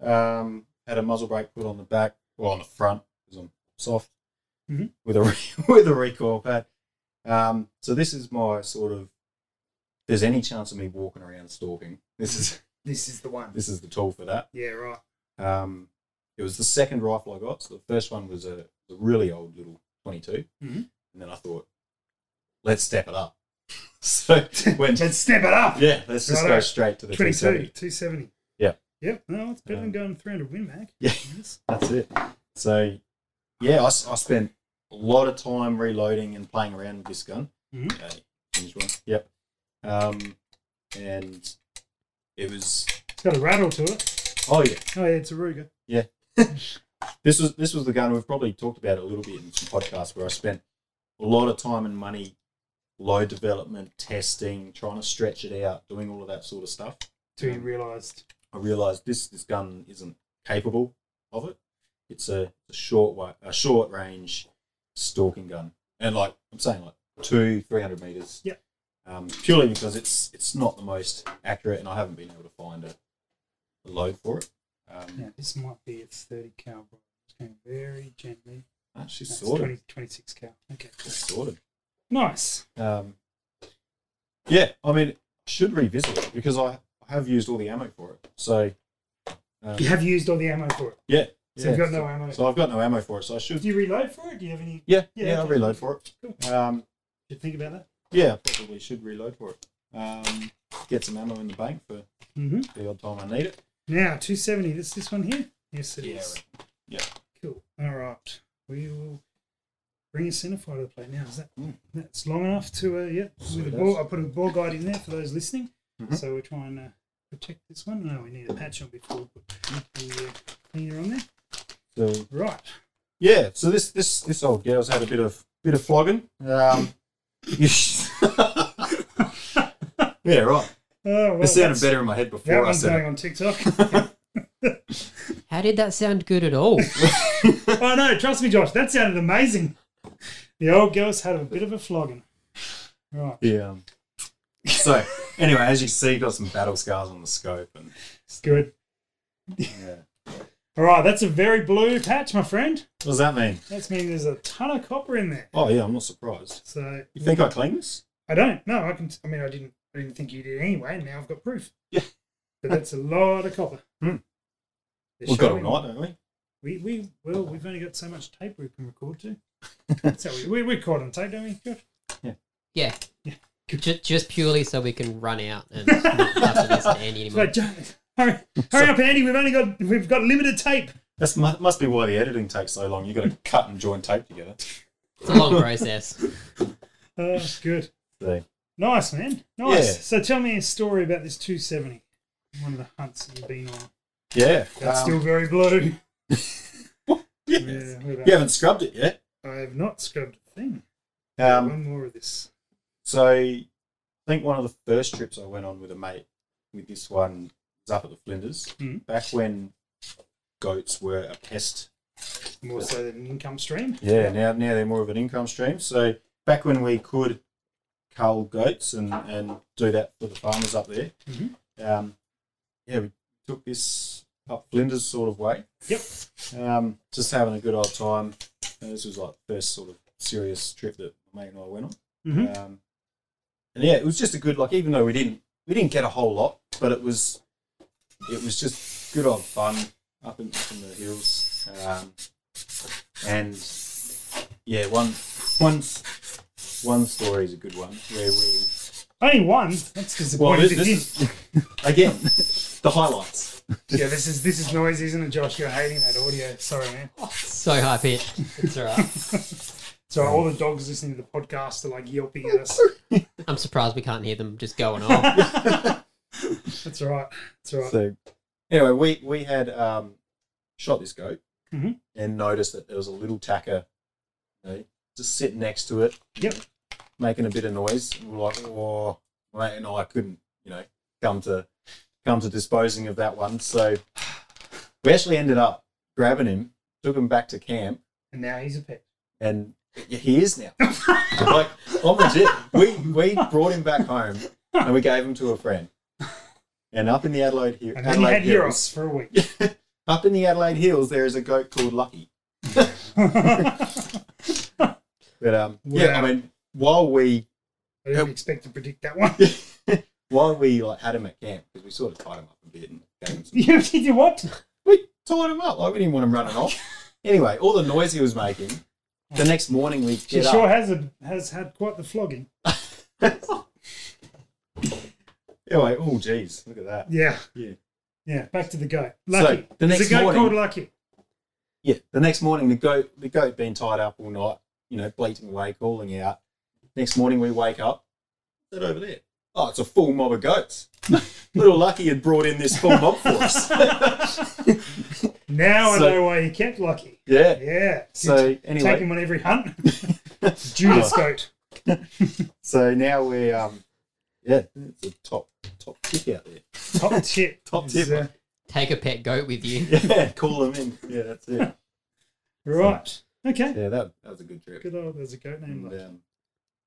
S3: Um, had a muzzle brake put on the back, well on the front because I'm soft,
S2: Mhm.
S3: with a re- with a recoil pad. Um, so this is my sort of there's any chance of me walking around stalking, this is
S2: This is the one.
S3: this is the tool for that.
S2: Yeah, right.
S3: Um, it was the second rifle I got. So the first one was a, a really old little 22,
S2: Mhm.
S3: and then I thought, let's step it up. so went,
S2: Let's step it up.
S3: yeah, let's just
S2: Righto.
S3: go straight to the
S2: 22,
S3: 270.
S2: 270.
S3: Yeah.
S2: Yep. No, it's better than
S3: Um,
S2: going 300 win back.
S3: Yeah.
S2: Yes.
S3: That's it. So, yeah, I, s- I spent a lot of time reloading and playing around with this gun.
S2: Mhm.
S3: Uh, finished one. Yep. Um, and it was
S2: It's got a rattle to it.
S3: oh yeah,
S2: Oh, yeah, it's a Ruger.
S3: this was this was the gun we've probably talked about it a little bit in some podcasts where I spent a lot of time and money, load development, testing, trying to stretch it out, doing all of that sort of stuff.
S2: Till you
S3: Um,
S2: realised.
S3: I realised this this gun isn't capable of it. It's a, a short wa- a short range stalking gun, and like I'm saying, like two three hundred meters.
S2: Yep.
S3: Um, purely because it's it's not the most accurate, and I haven't been able to find a, a load for it. Um,
S2: Now, this might be a 30 cal. bro. It's going very gently.
S3: ah, she's
S2: That's
S3: sorted.
S2: 20, 26 cal. Okay.
S3: She's sorted.
S2: Nice.
S3: Um, yeah, I mean, should revisit it because I, I have used all the ammo for it. So um,
S2: You have used all the ammo for it.
S3: yeah,
S2: So
S3: yeah.
S2: you've got no ammo.
S3: So I've got no ammo for it. So I should
S2: Do you reload for it? Do you have any?
S3: Yeah,
S2: Yeah,
S3: yeah, I'll
S2: okay.
S3: reload for it. Um,
S2: Did you think about that?
S3: yeah, probably should reload for it. Um, get some ammo in the bank for
S2: Mm-hmm.
S3: the odd time I need it.
S2: Now, 270. This this one here? Yes, it is.
S3: Yeah, right. Yeah.
S2: Cool. All right. We will bring a centerfire to the plate now. Is that
S3: Mm.
S2: that's long enough to uh, yeah?
S3: Sweet
S2: with a
S3: as.
S2: ball, I put a ball guide in there for those listening.
S3: Mhm.
S2: So we're trying to protect this one. No, we need a patch on before we put the uh, cleaner on there.
S3: So
S2: Right.
S3: yeah, so this this this old gal's had a bit of bit of flogging. Um, yeah, right.
S2: Oh, well,
S3: It sounded
S2: that's-
S3: better in my head
S2: That
S3: before I
S2: one's going
S3: said
S2: on TikTok.
S4: How did that sound good at all?
S2: oh no, trust me, Josh. That sounded amazing. The old girl's had a bit of a flogging. Right.
S3: it. Yeah. um, So anyway, as you see, got some battle scars on the scope, and
S2: Good.
S3: yeah.
S2: All right. That's a very blue patch, my friend.
S3: what does that mean?
S2: That's meaning there's a ton of copper in there.
S3: Oh yeah, I'm not surprised.
S2: So
S3: You think I cleaned this?
S2: I don't. No, I can. I mean, I didn't. I didn't think you did anyway. And now I've got proof.
S3: Yeah.
S2: But that's a lot of copper.
S3: Hmm.
S2: They're
S3: We've got all
S2: showing-
S3: night, don't we?
S2: We, we well, we've only got so much tape we can record to. so we, we record on tape, don't we? Josh?
S4: Yeah. Just, just purely so we can run out and not have to listen to Andy
S2: So,
S4: anymore.
S2: Jo- hurry, hurry up, Andy. We've only got we've got limited tape.
S3: That's mu- must be why the editing takes so long. You've got to cut and join tape together.
S4: It's a long process.
S2: Oh, good.
S3: So,
S2: Nice, man. Nice.
S3: Yeah.
S2: So tell me a story about this 270. One of the hunts that you've been on.
S3: yeah.
S2: That's
S3: um,
S2: still very blue.
S3: yeah.
S2: Yeah, what about-
S3: You haven't scrubbed it yet.
S2: I have not scrubbed a thing.
S3: Um,
S2: One more of this.
S3: so I think one of the first trips I went on with a mate with this one was up at the Flinders
S2: Mhm.
S3: back when goats were a pest.
S2: More so than an income stream.
S3: Yeah. Now, now they're more of an income stream. So back when we could cull goats and, and do that for the farmers up there,
S2: Mhm.
S3: um, yeah, we took this up Flinders sort of way.
S2: Yep.
S3: um, just having a good old time. And this was like the first sort of serious trip that my mate and I went on.
S2: hmm
S3: Um, and yeah, it was just a good like. Even though we didn't we didn't get a whole lot, but it was it was just good old fun up in, up in the hills. Um, and yeah, one one one story is a good one where we
S2: Only one. That's
S3: well
S2: disappointing.
S3: this, this is again the highlights.
S2: yeah, this is this is noise, isn't it, Josh? You're hating that audio. Sorry, man.
S4: So high pitched. It's alright.
S2: So all the dogs listening to the podcast are like yelping at us.
S4: I'm surprised we can't hear them just going off.
S2: That's all right. That's all right.
S3: So anyway, we we had um, shot this goat
S2: Mhm.
S3: and noticed that there was a little tacker you know, just sitting next to it. you
S2: Yep.
S3: know, making a bit of noise. And we're like, oh, mate, and I couldn't, you know, come to come to disposing of that one. So we actually ended up grabbing him, took him back to camp,
S2: and now he's a pet.
S3: and he is now. like, I'm legit. We, we brought him back home and we gave him to a friend. And up in the Adelaide, Hi-
S2: And then
S3: Adelaide
S2: he had
S3: Hills,
S2: Euros for a week.
S3: up in the Adelaide Hills, there is a goat called Lucky.
S2: I
S3: But um,
S2: Wow.
S3: yeah, I mean, while we
S2: didn't expect to predict that one.
S3: why we like had him at camp because we sort of tied him up a bit and gave him some.
S2: You did you what?
S3: We tied him up like we didn't want him running off. Anyway, all the noise he was making. The next morning we
S2: She
S3: get
S2: sure
S3: up.
S2: has a, has had quite the flogging.
S3: Anyway, oh geez, look at that.
S2: Yeah.
S3: Yeah.
S2: Yeah. Back to the goat. Lucky.
S3: the
S2: There's
S3: next
S2: a goat
S3: morning-
S2: called Lucky.
S3: Yeah, the next morning the goat the goat been tied up all night, you know, bleating away, calling out. Next morning we wake up. That over there. Oh, it's a full mob of goats. Little Lucky had brought in this full mob for us.
S2: Now
S3: So-
S2: I know why you kept Lucky.
S3: yeah.
S2: Yeah.
S3: So
S2: Take
S3: anyway,
S2: him on every hunt. Judas goat.
S3: so now we um, yeah, it's a top top tip out there.
S2: Top tip.
S3: Top
S2: is,
S3: tip.
S2: uh,
S4: Take a pet goat with you.
S3: Yeah, call them in. Yeah, that's it.
S2: right. Okay.
S3: Yeah, that, that was a good trip.
S2: Good old. There's a goat named
S3: And,
S2: Lucky.
S3: um,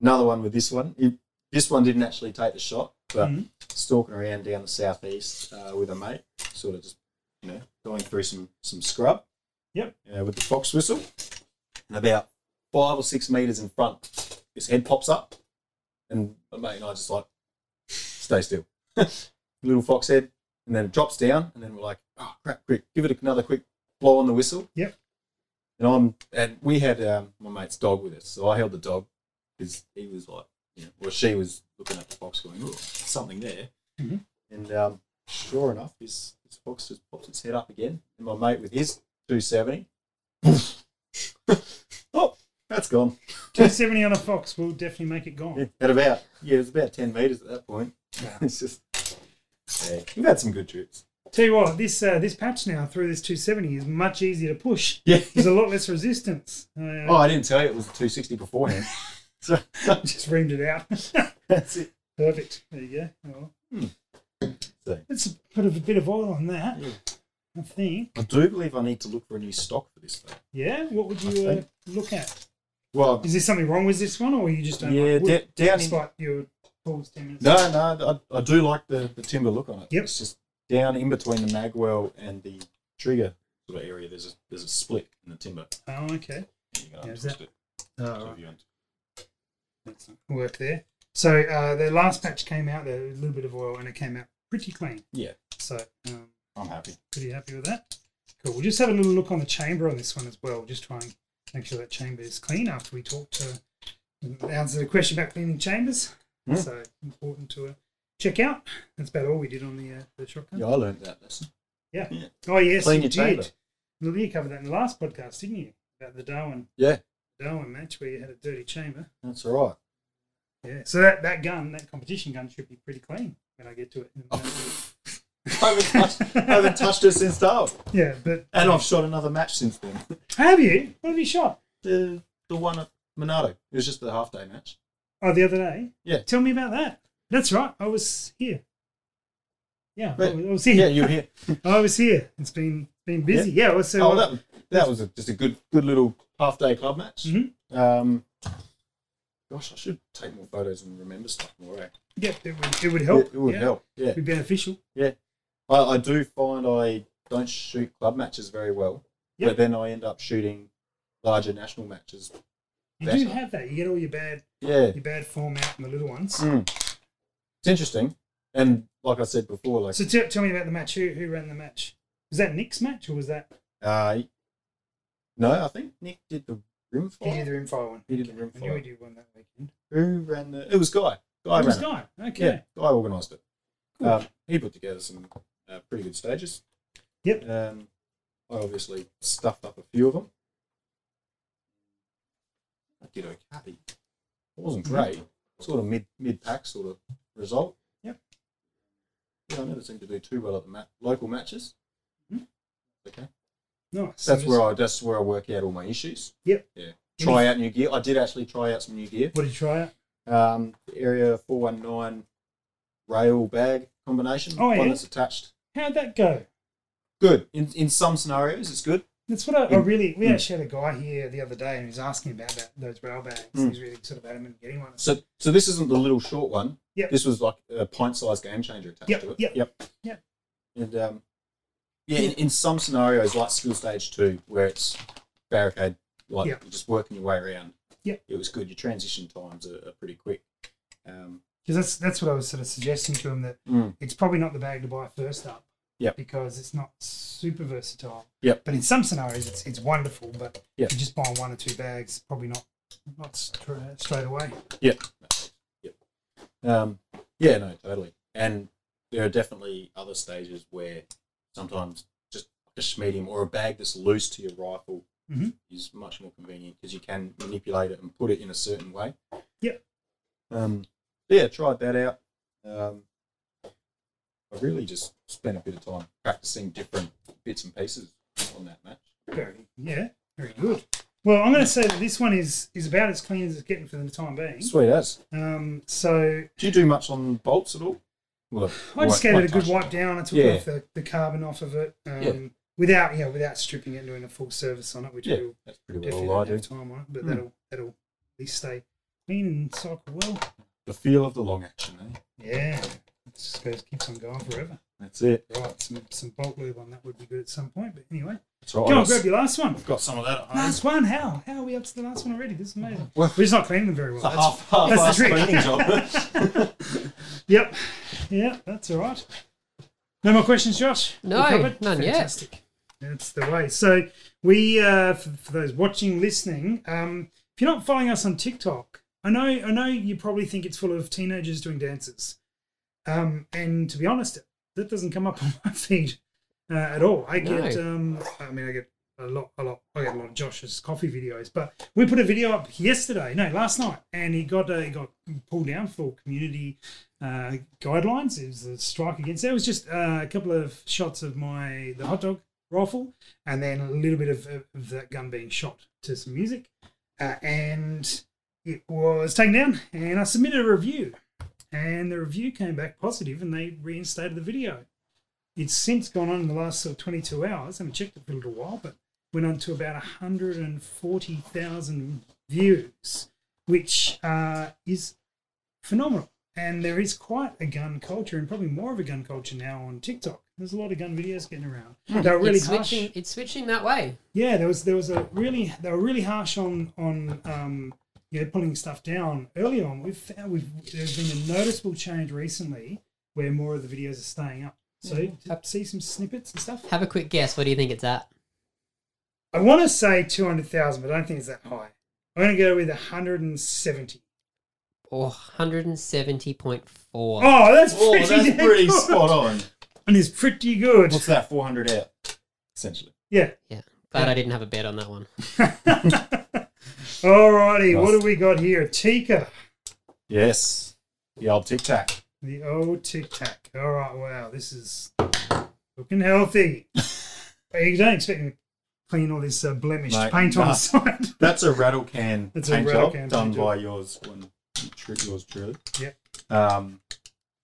S3: another one with this one. It- this one didn't actually take the shot, but
S2: Mhm.
S3: stalking around down the southeast uh, with a mate, sort of just you know going through some some scrub.
S2: Yep.
S3: Uh, with the fox whistle, and about five or six meters in front, his head pops up, and my mate and I just like stay still. Little fox head, and then it drops down, and then we're like, oh crap, quick, give it another quick blow on the whistle.
S2: Yep.
S3: And I'm and we had um, my mate's dog with us, so I held the dog because he was like, you know, well, she was looking at the fox, going, oh, something there.
S2: Mhm.
S3: And um, sure enough, this, this fox just pops its head up again, and my mate with his 270. oh, that's gone.
S2: 270 on a fox will definitely make it gone.
S3: Yeah, at about yeah, it was about ten meters at that point. it's just yeah, we've had some good trips.
S2: Tell you what, this uh, this patch now through this 270 is much easier to push.
S3: Yeah.
S2: There's a lot less resistance. Uh,
S3: Oh, I didn't tell you it was 260 beforehand. so
S2: just reamed it out.
S3: that's it.
S2: Perfect. There you go. Oh.
S3: Hmm. So,
S2: Let's put a bit of oil on that. I think.
S3: I do believe I need to look for a new stock for this though.
S2: Yeah. What would
S3: I
S2: you uh,
S3: think.
S2: look at?
S3: Well,
S2: Is there something wrong with this one, or you just don't?
S3: yeah,
S2: like wood,
S3: da- down in,
S2: despite your pause ten minutes.
S3: no, no, I, I do like the, the timber look on it.
S2: Yep.
S3: It's just down in between the magwell and the trigger sort of area. There's a there's a split in the timber.
S2: Oh, okay.
S3: You can
S2: Yeah, is that-
S3: untwist it. So
S2: Oh,
S3: if you unt-
S2: work there. So uh, the last patch came out. There was a little bit of oil, and it came out pretty clean.
S3: Yeah,
S2: So um,
S3: I'm happy.
S2: pretty happy with that. Cool. We'll just have a little look on the chamber on this one as well. Just try and make sure that chamber is clean after we talk to answer the question about cleaning chambers.
S3: Hmm.
S2: So important to uh, check out. That's about all we did on the uh, the shotgun.
S3: Yeah, I learned that lesson.
S2: Oh yes, you
S3: Clean your
S2: did.
S3: chamber.
S2: Well, you covered that in the last podcast, didn't you? About the Darwin
S3: Yeah,
S2: Darwin match where you had a dirty chamber.
S3: that's all right.
S2: Yeah. So that, that gun, that competition gun, should be pretty clean when I get to it.
S3: Oh. I haven't touched, I haven't touched it since Darwin.
S2: yeah, but
S3: And I've shot another match since then.
S2: have you? What have you shot?
S3: The the one at Monado. It was just the half day match.
S2: Oh, the other day.
S3: Yeah.
S2: Tell me about that. That's right. I was here. Yeah, I
S3: Right.
S2: was I was
S3: Yeah,
S2: here.
S3: you were here.
S2: I was here. It's been been busy. Yeah. well, so
S3: oh, that, that was a, just a good good little half day club match.
S2: Mhm.
S3: Um, gosh, I should take more photos and remember stuff more. Eh?
S2: yeah, it would, it would help.
S3: It, it would
S2: yeah.
S3: help. Yeah,
S2: It'd be beneficial.
S3: I, I do find I don't shoot club matches very well,
S2: Yep.
S3: but then I end up shooting larger national matches.
S2: You do
S3: Better.
S2: have that. You get all your bad
S3: Yeah,
S2: your bad form out in the little ones.
S3: Mm. it's interesting. And like I said before, like
S2: So tell tell me about the match. Who who ran the match? Was that Nick's match or was that
S3: uh, no, I think Nick did the rim
S2: he
S3: fire.
S2: did the rimfire one?
S3: He did the
S2: Okay,
S3: rim
S2: I knew
S3: fire.
S2: he did one that weekend.
S3: Who ran the? It was Guy. Guy
S2: it
S3: ran
S2: was
S3: it.
S2: Guy. Okay.
S3: Yeah, I organised it.
S2: Cool.
S3: Um, he put together some uh, pretty good stages.
S2: Yep.
S3: Um, I obviously stuffed up a few of them. I did okay. It wasn't
S2: Mm-hmm.
S3: great. Sort of mid mid pack sort of result.
S2: Yep.
S3: Yeah, I never seem to do too well at the ma- local matches.
S2: Mhm.
S3: Okay.
S2: Nice.
S3: That's where I that's where I work out all my issues.
S2: Yep.
S3: Yeah.
S2: Any-
S3: Try out new gear. I did actually try out some new gear.
S2: What did you try out?
S3: Um, the area four one nine rail bag combination.
S2: Oh,
S3: one
S2: yeah.
S3: that's attached.
S2: How'd that go?
S3: good in in some scenarios it's good
S2: That's what I, I
S3: Mm.
S2: really. We
S3: Mm.
S2: actually had a guy here the other day, and he was asking about that, those rail bags.
S3: Mm.
S2: He's really sort of adamant getting one.
S3: so so this isn't the little short one
S2: Yep.
S3: this was like a pint-sized game changer attached
S2: Yep,
S3: to it
S2: yep,
S3: yep
S2: yep.
S3: and um yeah in, in some scenarios like school stage two where it's barricade like
S2: Yep.
S3: you're just working your way around
S2: Yep.
S3: it was good your transition times are, are pretty quick um
S2: because that's that's what I was sort of suggesting to him that
S3: Mm.
S2: it's probably not the bag to buy first up.
S3: Yep.
S2: Because it's not super versatile.
S3: Yep.
S2: But in some scenarios, it's, it's wonderful. But
S3: Yep.
S2: if you just buy one or two bags, probably not not stra- straight away.
S3: Um, yeah, no, totally. And there are definitely other stages where sometimes just a schmedium or a bag that's loose to your rifle
S2: Mhm.
S3: is much more convenient because you can manipulate it and put it in a certain way.
S2: Yep.
S3: Um, yeah, tried that out. Um, I really just spent a bit of time practicing different bits and pieces on that match.
S2: Very yeah, very good. Well, I'm going to say that this one is is about as clean as it's getting for the time being.
S3: Sweet as.
S2: Um, so
S3: Do you do much on bolts at all? Well,
S2: I just gave it a good
S3: touch.
S2: wipe down. I took
S3: Yeah.
S2: off the, the carbon off of it um,
S3: Yeah.
S2: without yeah without stripping it and doing a full service on it, which
S3: Yeah,
S2: we'll
S3: that's pretty
S2: definitely
S3: well all I
S2: don't
S3: do.
S2: have time on it. But
S3: Mm.
S2: that'll that'll at least stay clean and cycle well.
S3: The feel of the long action, eh?
S2: Yeah, it just goes keeps on going forever.
S3: That's it.
S2: Right, some some bolt lube on that would be good at some point. But anyway,
S3: Oh, That's right.
S2: go on,
S3: I've
S2: grab your last one.
S3: got some of that at home.
S2: Last one. How how are we up to the last one already? This is amazing. We're
S3: Well,
S2: just not cleaning them very well.
S3: it's a
S2: That's-
S3: half, half
S2: that's the trick.
S3: cleaning job.
S2: Yep. Yeah, that's all right. No more questions, Josh?
S4: No,
S2: We covered?
S4: none yet.
S2: Fantastic. That's the way. So, we, uh, for, for those watching, listening, um, if you're not following us on TikTok, I know, I know you probably think it's full of teenagers doing dances. Um, and to be honest, that doesn't come up on my feed uh, at all. I
S4: No.
S2: get, um, I mean, I get a lot, a lot. I get a lot of Josh's coffee videos, but we put a video up yesterday, no, last night, and he got uh, he got pulled down for community uh, guidelines. It was a strike against. There was just uh, a couple of shots of my the hot dog rifle, and then a little bit of, of that gun being shot to some music, uh, and it was taken down. And I submitted a review, and the review came back positive, and they reinstated the video it's since gone on in the last sort of 22 hours. I haven't checked it for a little while, but went on to about 140,000 views, which uh, is phenomenal. And there is quite a gun culture, and probably more of a gun culture now on TikTok. There's a lot of gun videos getting around. They were really
S4: it's
S2: harsh.
S4: switching. It's switching that way.
S2: Yeah, there was there was a really they were really harsh on on um, you know pulling stuff down early on. We've found we've there's been a noticeable change recently where more of the videos are staying up. So to see some snippets and stuff.
S4: Have a quick guess. What do you think it's at?
S2: I want to say two hundred thousand, but I don't think it's that high. I'm going to go with one hundred and seventy.
S4: Or 170.4.
S2: Oh, that's
S3: oh,
S2: pretty,
S3: that's
S2: damn
S3: pretty
S2: good.
S3: spot on.
S2: And it's pretty good.
S3: What's that? 400 out, essentially.
S2: Yeah.
S4: Yeah. Glad I didn't have a bet on that one.
S2: Alrighty, what have we got here? Tika.
S3: Yes. The old tic tac.
S2: The old tic tac. All right, wow, this is looking healthy. you don't expect me to clean all this uh, blemished
S3: Mate,
S2: paint on
S3: nah.
S2: the side.
S3: That's a rattle can
S2: That's a
S3: paint
S2: rattle
S3: job
S2: can
S3: done
S2: paint
S3: by yours, one, tru- yours truly.
S2: Yep.
S3: Um,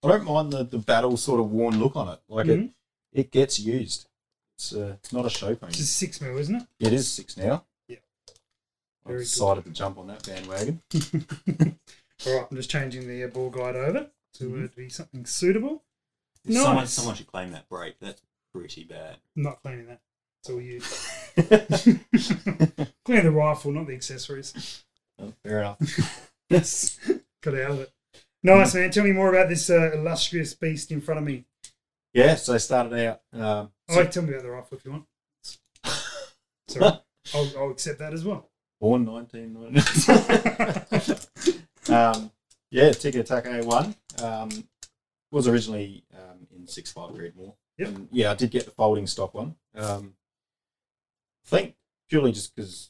S3: I don't mind the, the battle sort of worn look on it. Like it,
S2: Mhm.
S3: it gets used. It's, uh, it's not a show paint.
S2: It's a six mil, isn't it?
S3: It is six now.
S2: Yeah.
S3: I
S2: Very
S3: decided to jump on that bandwagon.
S2: All right, I'm just changing the uh, ball guide over to
S3: Mm-hmm.
S2: uh, be something suitable. Nice.
S5: Someone, someone should claim that break. That's pretty bad.
S2: I'm not cleaning that. It's all you. Clean the rifle, not the accessories.
S3: Oh, fair enough.
S2: Yes. Got out of it. Nice,
S3: Mm.
S2: man. Tell me more about this uh, illustrious beast in front of me.
S3: Yeah, so I started out. Um,
S2: Oh, wait, tell me about the rifle if you want. Sorry. I'll, I'll accept that as well.
S3: born 1990. um, yeah, Ticket Attack A1 um, was originally um, in 6.5 Creedmoor.
S2: Yep.
S3: And, yeah, I did get the folding stock one. Um, I think purely just because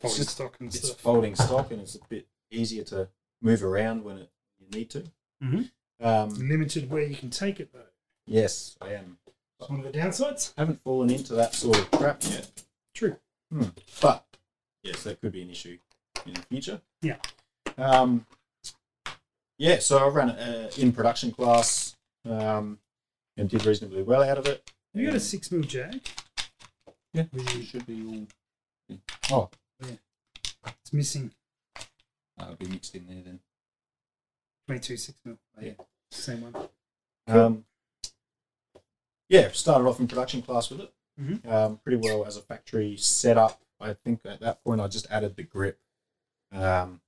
S2: Folding
S3: just-
S2: stock and
S3: it's
S2: stuff.
S3: folding stock and it's a bit easier to move around when it, you need to.
S2: Mhm.
S3: Um,
S2: limited where you can take it though.
S3: yes, I am.
S2: It's one of the downsides.
S3: Haven't fallen into that sort of trap yet. Hmm.
S2: True.
S3: But yes, that could be an issue in the future.
S2: Yeah.
S3: Um, yeah, so I ran uh, in production class um, and did reasonably well out of it.
S2: You got a
S3: And-
S2: six mil jag.
S3: Yeah.
S2: We-
S3: should be all. Oh,
S2: It's missing
S3: that'll uh, be mixed in there then.
S2: twenty two six mil. Oh, yeah.
S3: Yeah.
S2: Same one.
S3: Um, yeah, started off in production class with it.
S2: Mhm.
S3: Um, pretty well as a factory setup. I think at that point I just added the grip. Um,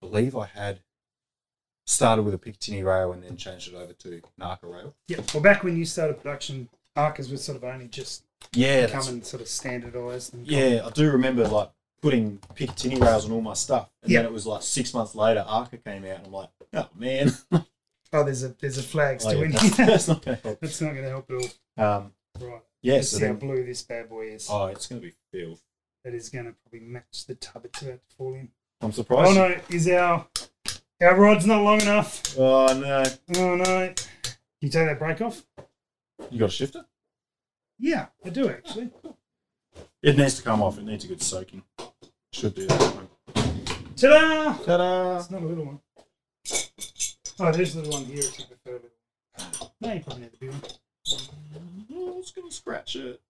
S3: believe I had started with a Picatinny rail and then changed it over to Narca rail.
S2: Yeah. Well, back when you started production, Arcas was sort of only just
S3: Yeah, that's-
S2: becoming sort of standardised. And
S3: yeah. I do remember like putting Picatinny rails on all my stuff, and
S2: Yeah.
S3: then it was like six months later, Arca came out, and I'm like, oh man,
S2: Oh, there's a there's a flag still
S3: Like,
S2: in here.
S3: that's, that's not going to help.
S2: That's not going to help at all.
S3: Um,
S2: Right.
S3: yeah,
S2: Let's
S3: so
S2: see how
S3: then,
S2: blue this bad boy is.
S3: oh, it's going to be filled.
S2: That is going to probably match the tub it's about to fall in.
S3: I'm
S2: Oh
S3: surprised.
S2: no! Is our our rod's not long enough?
S3: Oh no!
S2: Oh no! Can you take that break off?
S3: You got a shifter?
S2: Yeah, I do actually.
S3: It needs to come off. It needs a good soaking. Should do that.
S2: Ta-da!
S3: Ta-da!
S2: It's not a little one. Oh, there's a little one here. If you prefer a little. one. No, you probably need the big one.
S3: Oh, it's gonna scratch it.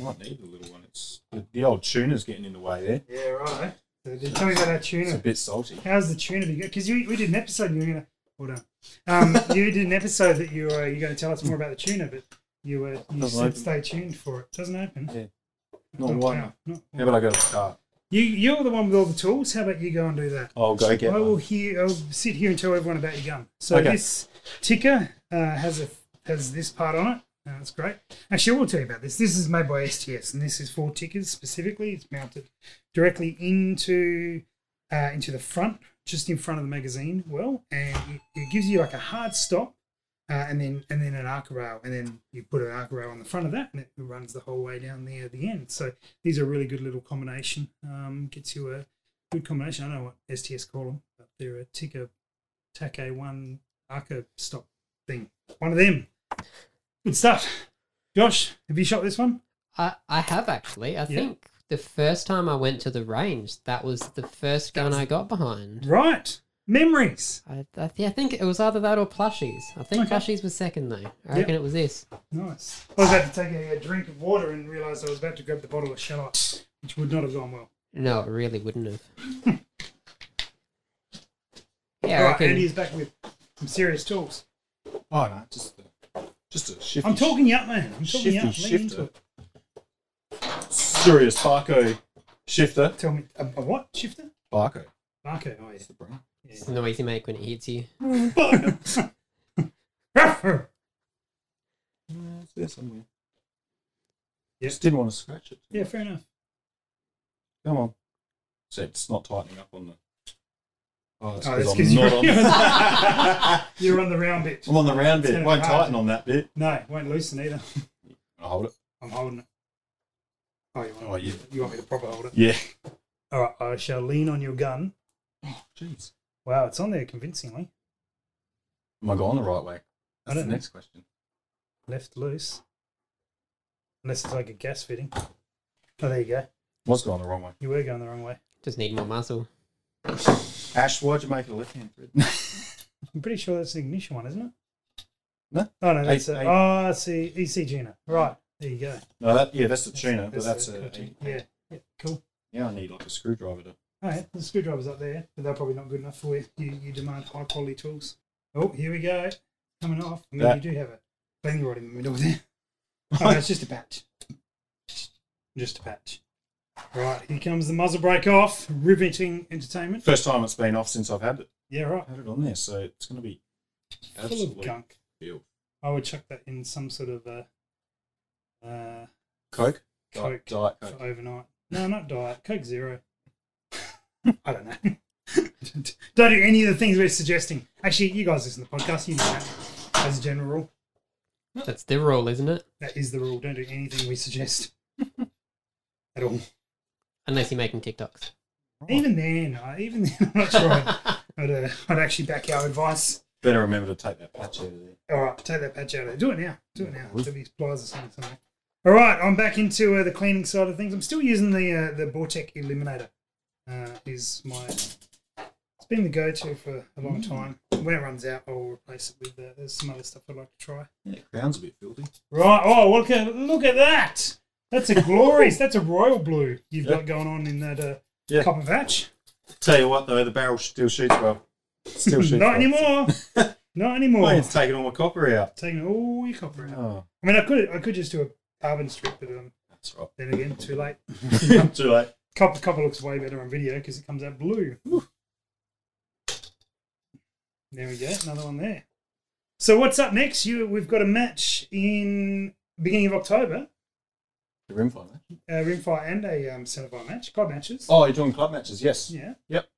S3: Might need the little one. It's the, the old tuna's getting in the way there.
S2: Yeah, right. So did- tell me about our
S3: It's a
S2: tuna.
S3: bit salty.
S2: How's the tuna? Because you we did an episode. and You were gonna hold on. Um, you did an episode that you were you're going to tell us more about the tuna, but you were you
S3: Doesn't
S2: said
S3: open.
S2: stay tuned for it. Doesn't open.
S3: Not
S2: Oh,
S3: one.
S2: wow. Not
S3: How about I go to the car?
S2: You you're the one with all the tools. How about you go and do that?
S3: I'll go get
S2: I will
S3: one.
S2: hear. I'll sit here and tell everyone about your gun. So
S3: Okay.
S2: this ticker uh, has a has this part on it. Uh, that's great. Actually, I will tell you about this. This is made by STS, and this is for tickers specifically. It's mounted directly into uh, into the front, just in front of the magazine well, and it, it gives you like a hard stop, uh, and then and then an arc rail, and then you put an arc rail on the front of that, and it runs the whole way down there at the end. So these are a really good little combination. Um, gets you a good combination. I don't know what STS call them, but they're a ticker tac one arca stop thing. One of them. Good stuff. Josh, have you shot this one?
S4: I, I have actually. I think the first time I went to the range, that was the first gun I got behind.
S2: Right. Memories.
S4: I, I, thi- I think it was either that or plushies. I think
S2: Okay.
S4: plushies was second though. I reckon it was this.
S2: Nice. I was about to take a, a drink of water and realised I was about to grab the bottle of shallot, which would not have gone well.
S4: No, it really wouldn't have. yeah,
S2: All
S4: I
S2: right,
S4: reckon.
S2: Andy is back with some serious tools.
S3: Oh no, just a, just a shifty.
S2: I'm talking you up, man. I'm talking
S3: shifty
S2: you up. Lean into
S3: shifter.
S2: it.
S3: Serious Barco shifter.
S2: Tell me, a, a what? Shifter?
S3: Barco.
S2: Marco, oh
S3: That's the brand.
S4: It's the noise you make when it hits you.
S2: yeah.
S3: Yeah, it's there somewhere.
S2: Yeah.
S3: Just didn't want to scratch it.
S2: yeah, fair enough.
S3: Come on. So it's not tightening up on the. Oh, it's
S2: Oh,
S3: because
S2: that's
S3: I'm
S2: 'cause
S3: not on.
S2: you're- You're on the round bit.
S3: I'm on the round
S2: It's
S3: bit.
S2: gonna
S3: Won't
S2: be hard.
S3: tighten on that bit.
S2: No, it won't loosen either.
S3: I'll hold it.
S2: I'm holding it. Oh, you want,
S3: Oh, yeah.
S2: you want me to proper hold it?
S3: Yeah.
S2: All right, I shall lean on your gun.
S3: Oh, jeez.
S2: Wow, it's on there convincingly.
S3: Am I going the right way?
S2: don't
S3: That's the
S2: know.
S3: next question.
S2: Left loose. Unless it's like a gas fitting. Oh, there you go.
S3: What's going the wrong way?
S2: You were going the wrong way.
S4: Just need more muscle.
S3: Ash, why'd you make it a left hand thread?
S2: I'm pretty sure that's the ignition one, isn't it?
S3: No.
S2: Oh, no, that's
S3: Eight-
S2: a.
S3: eight.
S2: Oh, I see. ECG now. Right. There you go.
S3: no, that, yeah, that's the tuner, but that's
S2: the-
S3: a. E
S2: Yeah. yeah. Cool.
S3: Yeah, I need like a screwdriver to.
S2: All right, the screwdriver's up there, but they're probably not good enough for you. You, you demand high quality tools. Oh, here we go. Coming off. I mean,
S3: That-
S2: you do have a bling rod in the middle there. Oh, no, it's just a patch. Just a patch. Right, here comes the muzzle break off. Riveting entertainment.
S3: First time it's been off since I've had it.
S2: Yeah, right.
S3: Had it on there, so it's going to be
S2: Full of
S3: absolutely
S2: gunk.
S3: filth.
S2: I would chuck that in some sort of uh, uh,
S3: Coke.
S2: Coke,
S3: Diet, Diet Coke.
S2: for overnight. No, not diet. Coke Zero. I don't know. don't do any of the things we're suggesting. Actually, you guys listen to the podcast. You know that as a general rule.
S4: That's the rule, isn't it?
S2: That is the rule. Don't do anything we suggest at all.
S4: Unless you're making TikToks.
S2: Even then, I, even then, I'm not sure I'd, I'd, uh, I'd actually back our advice.
S3: Better remember to take that patch out of there.
S2: All right, take that patch out of there. Do it now. Do it now. Do these pliers or something. something. All right, I'm back into uh, the cleaning side of things. I'm still using the uh, the Bortec Eliminator. Uh, is my it's been the go-to for a
S3: Mm.
S2: long time. When it runs out, I'll replace it with uh, there's some other stuff I'd like to try.
S3: Yeah, crown's a bit filthy.
S2: Right. Oh, look at look at that. That's a glorious. that's a royal blue you've got going on in that uh,
S3: Yeah.
S2: copper patch.
S3: Tell you what, though, the barrel still shoots well. Still shoots well.
S2: Hmm, Not anymore. Not anymore.
S3: Well, it's taking all my copper out.
S2: Taking all your copper out.
S3: Oh,
S2: I mean, I could I could just do a carbon strip, but um,
S3: that's right.
S2: then again, too late.
S3: Too late.
S2: Copper, copper looks way better on video because it comes out blue. Whew. There we go, another one there. So what's up next? You, we've got a match in beginning of October,
S3: The rimfire match.
S2: a rimfire and a um, centerfire match, club matches.
S3: Oh, you're doing club matches? Yes.
S2: Yeah.
S3: Yep.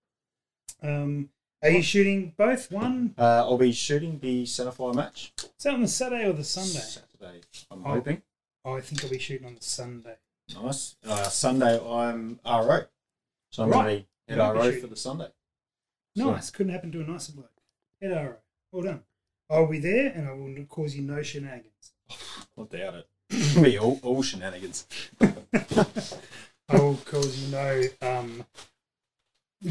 S2: Um, are you shooting both? One?
S3: Uh, I'll be shooting the centerfire match
S2: Is that on the Saturday or the Sunday?
S3: Saturday. I'm
S2: Oh.
S3: hoping.
S2: Oh, I think I'll be shooting on the Sunday.
S3: Nice. Uh, Sunday, I'm RO. So I'm
S2: Right.
S3: going to be
S2: Yeah,
S3: at RO
S2: appreciate
S3: for the Sunday. So-
S2: Nice. Couldn't happen to a nicer bloke. Head RO. Well done. I'll be there and I will cause you no shenanigans.
S3: I doubt it. It'll be all, all shenanigans.
S2: I will cause you no um,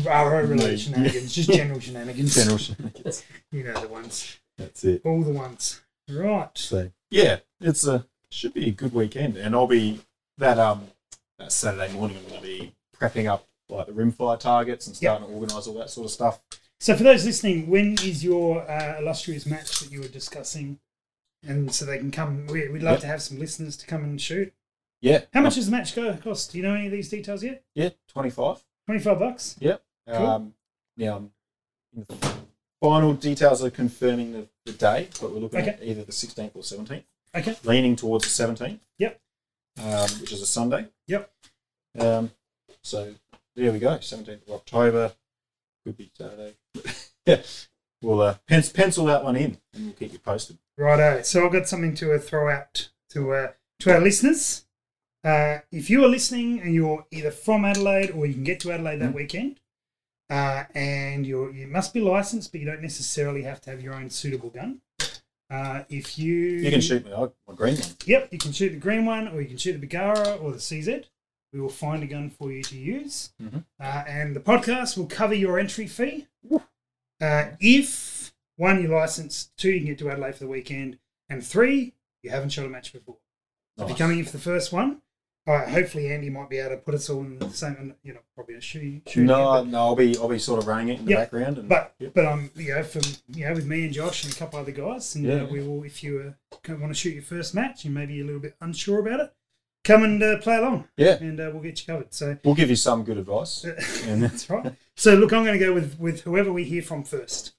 S2: RO
S3: No.
S2: related shenanigans, just general shenanigans.
S3: General shenanigans.
S2: You know the ones.
S3: That's it.
S2: All the ones. Right.
S3: So yeah, it's a should be a good weekend, and I'll be that um that Saturday morning. I'm going to be prepping up like the rimfire targets and starting to organise all that sort of stuff.
S2: So, for those listening, when is your uh, illustrious match that you were discussing? And so they can come. We, we'd love
S3: Yep.
S2: to have some listeners to come and shoot.
S3: Yeah.
S2: How much does the match go cost? Do you know any of these details yet?
S3: Yeah, twenty five.
S2: Twenty-five bucks.
S3: Yep.
S2: Cool.
S3: Um, now, um, the final details are confirming the, the day, but we're looking at either the 16th or 17th,
S2: Okay.
S3: leaning towards the 17th.
S2: Yep.
S3: Um, which is a Sunday.
S2: Yep.
S3: Um, so there we go. 17th of October could be Saturday. yeah. We'll uh, pen- pencil that one in, and we'll keep you posted.
S2: Righto. So I've got something to uh, throw out to uh, to our listeners. Uh, if you are listening and you're either from Adelaide or you can get to Adelaide
S3: Mm-hmm.
S2: that weekend, uh, and you you must be licensed, but you don't necessarily have to have your own suitable gun. Uh, if you
S3: You can shoot my, my green one.
S2: Yep, you can shoot the green one, or you can shoot the Bagara or the CZ. We will find a gun for you to use.
S3: Mhm.
S2: Uh, and the podcast will cover your entry fee. Uh, if one, you're licensed, two, you can get to Adelaide for the weekend, and three, you haven't shot a match before. So If
S3: Nice.
S2: you're coming in for the first one, uh, hopefully Andy might be able to put us all in the same, you know, probably a shoe. shoe
S3: No, no, I'll be I'll be sort of running it in the
S2: Yep.
S3: background, and
S2: but
S3: Yep.
S2: but um you know from you know with me and Josh and a couple other guys and
S3: Yeah.
S2: uh, we will if you uh, kind of want to shoot your first match and maybe you're a little bit unsure about it come and uh, play along
S3: yeah,
S2: and uh, we'll get you covered so
S3: we'll give you some good advice. and
S2: that's right so look I'm going to go with with whoever we hear from first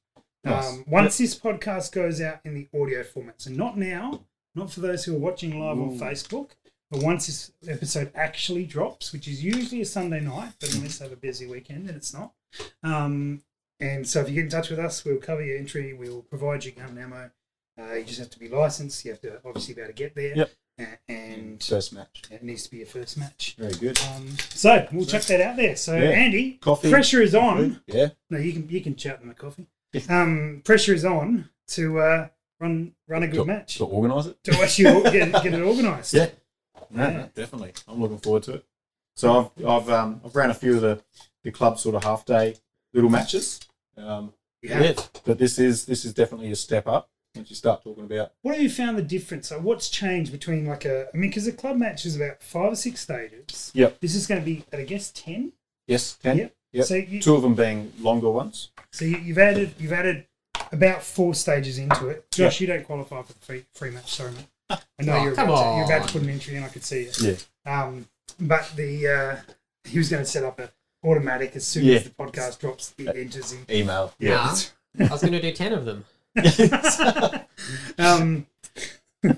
S3: Nice.
S2: um, once this podcast goes out in the audio format so not now not for those who are watching live on
S3: Ooh.
S2: Facebook but once this episode actually drops which is usually a Sunday night but unless they have a busy weekend then it's not um, and so if you get in touch with us, we'll cover your entry, we'll provide you gun and ammo. Uh, you just have to be licensed. You have to obviously be able to get there.
S3: Yep.
S2: A- And
S3: first match,
S2: it needs to be your first match.
S3: very good.
S2: Um, so we'll check that out there. So
S3: Yeah.
S2: Andy,
S3: Coffee.
S2: pressure is on.
S3: Yeah.
S2: No, you can you can chat them a coffee. Um, pressure is on to uh, run run a good
S3: to,
S2: match
S3: to organise it.
S2: to actually get, get it organised.
S3: Yeah. No,
S2: Yeah.
S3: no, definitely. I'm looking forward to it. So I've I've um, I've ran a few of the the club sort of half day little matches. Um,
S2: Yeah.
S3: But this is this is definitely a step up once you start talking about.
S2: What have you found the difference? Like, what's changed between like a? I mean, because a club match is about five or six stages.
S3: Yep.
S2: This is going to be, I guess, ten.
S3: Yes. Can.
S2: Yep.
S3: Yep.
S2: So you-
S3: Two of them being longer ones.
S2: So you, you've added you've added about four stages into it. Josh, you don't qualify for the free, free match. Sorry, mate. I know
S4: Oh,
S2: you're,
S4: come
S2: about To, you're about
S4: on.
S2: to put an entry in. I could see it.
S3: Yeah.
S2: Um, but the uh, he was going to set up a automatic as soon
S3: Yeah. Uh,
S2: as the podcast drops, it enters in.
S3: Email.
S4: Nah. I was going to do 10 of them.
S2: Um,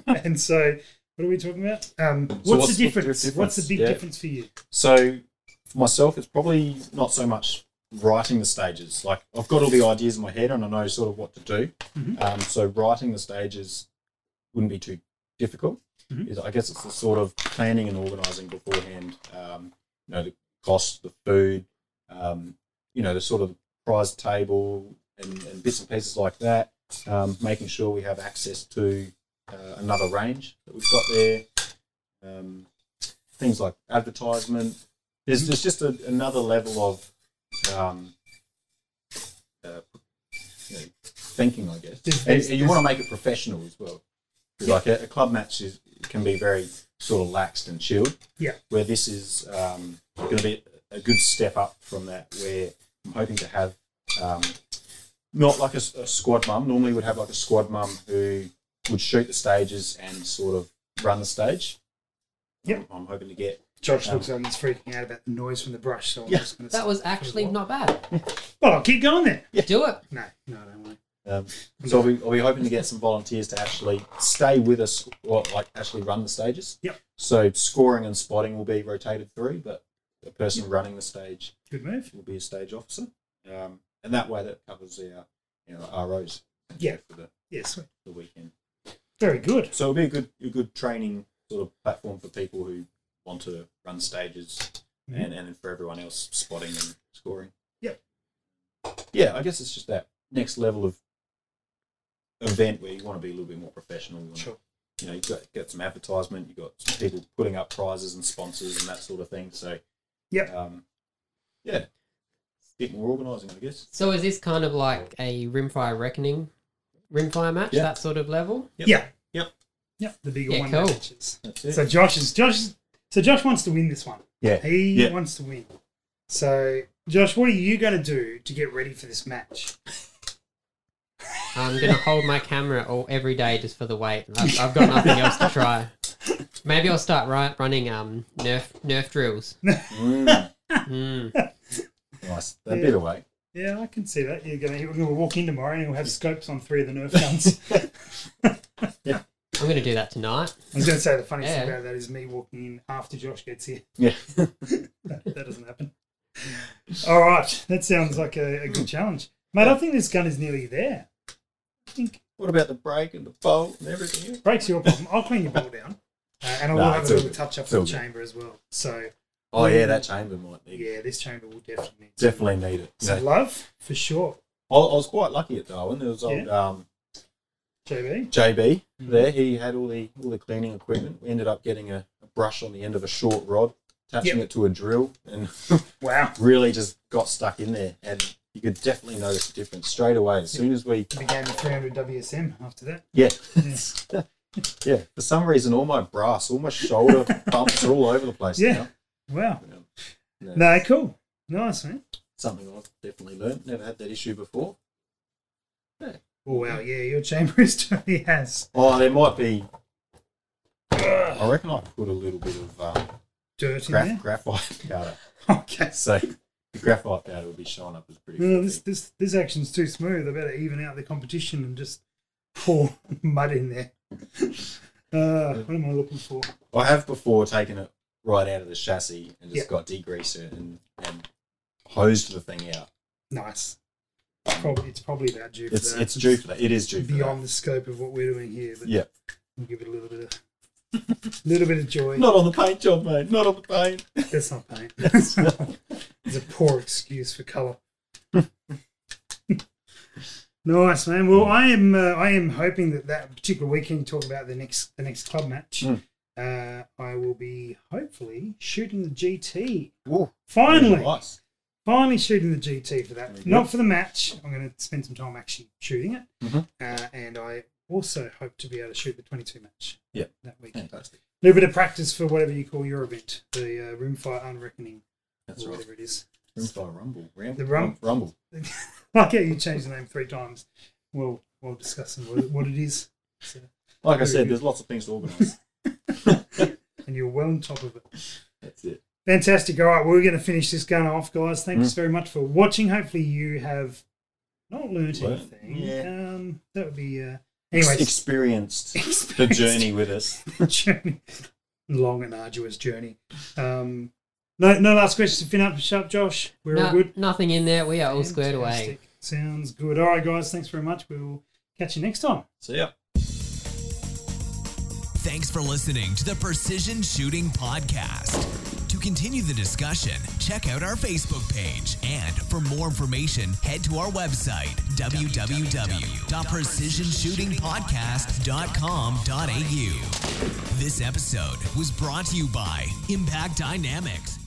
S2: and so, what are we talking about? Um, what's,
S3: So what's
S2: the
S3: the
S2: difference?
S3: difference?
S2: What's the big
S3: Yeah.
S2: difference for you?
S3: So for myself, it's probably not so much writing the stages. Like I've got all the ideas in my head and I know sort of what to do.
S2: Mhm.
S3: Um, so writing the stages wouldn't be too difficult.
S2: Mhm.
S3: Is- I guess it's the sort of planning and organising beforehand. Um, you know, the cost, the food, um, you know, the sort of prize table and, and bits and pieces like that. Um, making sure we have access to uh, another range that we've got there. Um, things like advertisement. There's, there's just a, another level of um, uh, you know, thinking, I guess.
S2: There's-
S3: And, and you want to make it professional as well. 'Cause Like a, a club match is, can be very sort of laxed and chilled.
S2: Yeah.
S3: Where this is um, going to be a good step up from that. Where I'm hoping to have um, not like a, s- a squad mum. Normally, would have like a squad mum who would shoot the stages and sort of run the stage.
S2: Yep.
S3: I'm, I'm hoping to get
S2: Josh looks like he's freaking out about the noise from the brush, so I'm
S3: Um, Yeah.
S2: just going to.
S4: That was actually not bad.
S2: Well, I'll keep going then.
S4: Do it.
S2: No, no, I don't want to.
S3: Um, so I'll be, I'll be hoping to get some volunteers to actually stay with us, or like actually run the stages.
S2: Yep.
S3: So scoring and spotting will be rotated through, but the person running the stage
S2: Good move.
S3: will be a stage officer, um, and that way that covers our you know our ROs.
S2: Yeah.
S3: For the,
S2: Yes,
S3: the weekend,
S2: very good.
S3: so it'll be a good a good training sort of platform for people who want to run stages, and and then for everyone else spotting and scoring.
S2: Yep.
S3: Yeah, I guess it's just that next level of event where you want to be a little bit more professional. You want to
S2: Sure.
S3: you know, you've got, got some advertisement, you've got some people putting up prizes and sponsors and that sort of thing. So,
S2: Yep.
S3: um, yeah, a bit more organising, I guess.
S4: So is this kind of like a Rimfire Reckoning, Rimfire match,
S3: Yeah.
S4: that sort of level?
S3: Yep.
S2: Yeah.
S3: Yep.
S2: Yep. The bigger
S4: Yeah,
S2: one.
S4: cool.
S2: matches.
S3: That's it.
S2: So Josh is Josh. is- So Josh wants to win this one.
S3: yeah,
S2: He
S3: Yeah.
S2: wants to win. So Josh, what are you going to do to get ready for this match?
S4: I'm gonna hold my camera all every day just for the weight. I've, I've got nothing else to try. Maybe I'll start right, running um nerf nerf drills.
S3: Mm,
S4: Mm.
S3: nice. That'd be the way.
S2: Yeah, I can see that. You're going to walk in tomorrow and you'll have scopes on three of the Nerf guns.
S4: I'm gonna do that tonight.
S2: I was going to say the funniest thing
S4: Yeah.
S2: about that is me walking in after Josh gets here.
S3: Yeah.
S2: That, that doesn't happen. All right, that sounds like a, a good challenge, mate. I think this gun is nearly there. I think
S3: What about the break and the bolt and everything?
S2: breaks your problem. I'll clean your ball down, uh, and I will
S3: Nah,
S2: have
S3: it's
S2: a
S3: all
S2: little
S3: good.
S2: touch up
S3: It's
S2: for the
S3: all good.
S2: chamber as well. So
S3: Oh, yeah, that chamber might need
S2: yeah, this chamber will definitely need
S3: Definitely need it.
S2: some
S3: Yeah.
S2: love for sure.
S3: I, I was quite lucky at Darwin. There was old um,
S2: JB,
S3: JB there. He had all the all the cleaning equipment. We ended up getting a, a brush on the end of a short rod, attaching
S2: Yep.
S3: it to a drill, and
S2: wow,
S3: really just got stuck in there. And you could definitely notice the difference straight away as soon as we
S2: it became a 300 WSM after that.
S3: yeah. yeah, for some reason, all my brass, all my shoulder bumps are all over the place.
S2: Yeah, wow.
S3: Now. Yeah.
S2: No, cool, nice man.
S3: Something I've definitely learned. Never had that issue before.
S2: Oh wow, yeah, your chamber is totally has
S3: Oh, there might be. I reckon I put a little bit of um,
S2: dirt in
S3: graph,
S2: there.
S3: graphite powder.
S2: Okay.
S3: So the graphite powder will be showing up as pretty.
S2: No, Mm, this this this action's too smooth. I better even out the competition and just pour mud in there. Uh, what am I looking for?
S3: I have before taken it right out of the chassis and just
S2: Yeah.
S3: got degreaser and, and hosed the thing out.
S2: Nice. Probably, it's probably about due for
S3: It's
S2: that.
S3: it's due for that. It is due for
S2: beyond the scope of what we're doing here,
S3: that.
S2: but
S3: Yeah.
S2: we'll give it a little bit of little bit of joy.
S3: Not on the paint job, mate. Not on the paint.
S2: That's not paint. it's a poor excuse for colour. nice man. Well, I am. Uh, I am hoping that that particular weekend you talk about the next the next club match.
S3: Mm.
S2: Uh, I will be hopefully shooting the GT.
S3: Ooh,
S2: Finally,
S3: Nice.
S2: finally shooting the GT for
S3: Very
S2: that.
S3: good.
S2: Not for the match. I'm going to spend some time actually shooting it.
S3: Mhm.
S2: Uh, and I also hope to be able to shoot the 22 match.
S3: Yeah.
S2: that weekend.
S3: Fantastic.
S2: A little bit of practice for whatever you call your event, the uh, Roomfire Unreckoning,
S3: That's
S2: or
S3: right.
S2: whatever it is.
S3: Rimfire Rumble. Ram-
S2: The rum-
S3: Rumble.
S2: Like how you changed the name three times. We'll we'll discuss what, it- what it is, So-
S3: Like I
S2: Very
S3: said,
S2: good.
S3: there's lots of things to organise.
S2: and you're well on top of it.
S3: That's it.
S2: Fantastic. All right, we're going to finish this gun off, guys. Thanks
S3: Mm-hmm.
S2: very much for watching. Hopefully, you have not learnt
S3: Learnt,
S2: anything.
S3: yeah.
S2: Um, that would be uh, anyway.
S3: Experienced the journey with us.
S2: journey, long and arduous journey. Um, no, no last questions to finish up, sharp Josh. We're all
S4: No-
S2: good.
S4: nothing in there. We are all squared away.
S2: Fantastic. Sounds good. All right, guys. Thanks very much. We will catch you next time.
S3: So yeah.
S1: Thanks for listening to the Precision Shooting Podcast. To continue the discussion, check out our Facebook page. And for more information, head to our website, www.precisionshootingpodcast.com.au. This episode was brought to you by Impact Dynamics.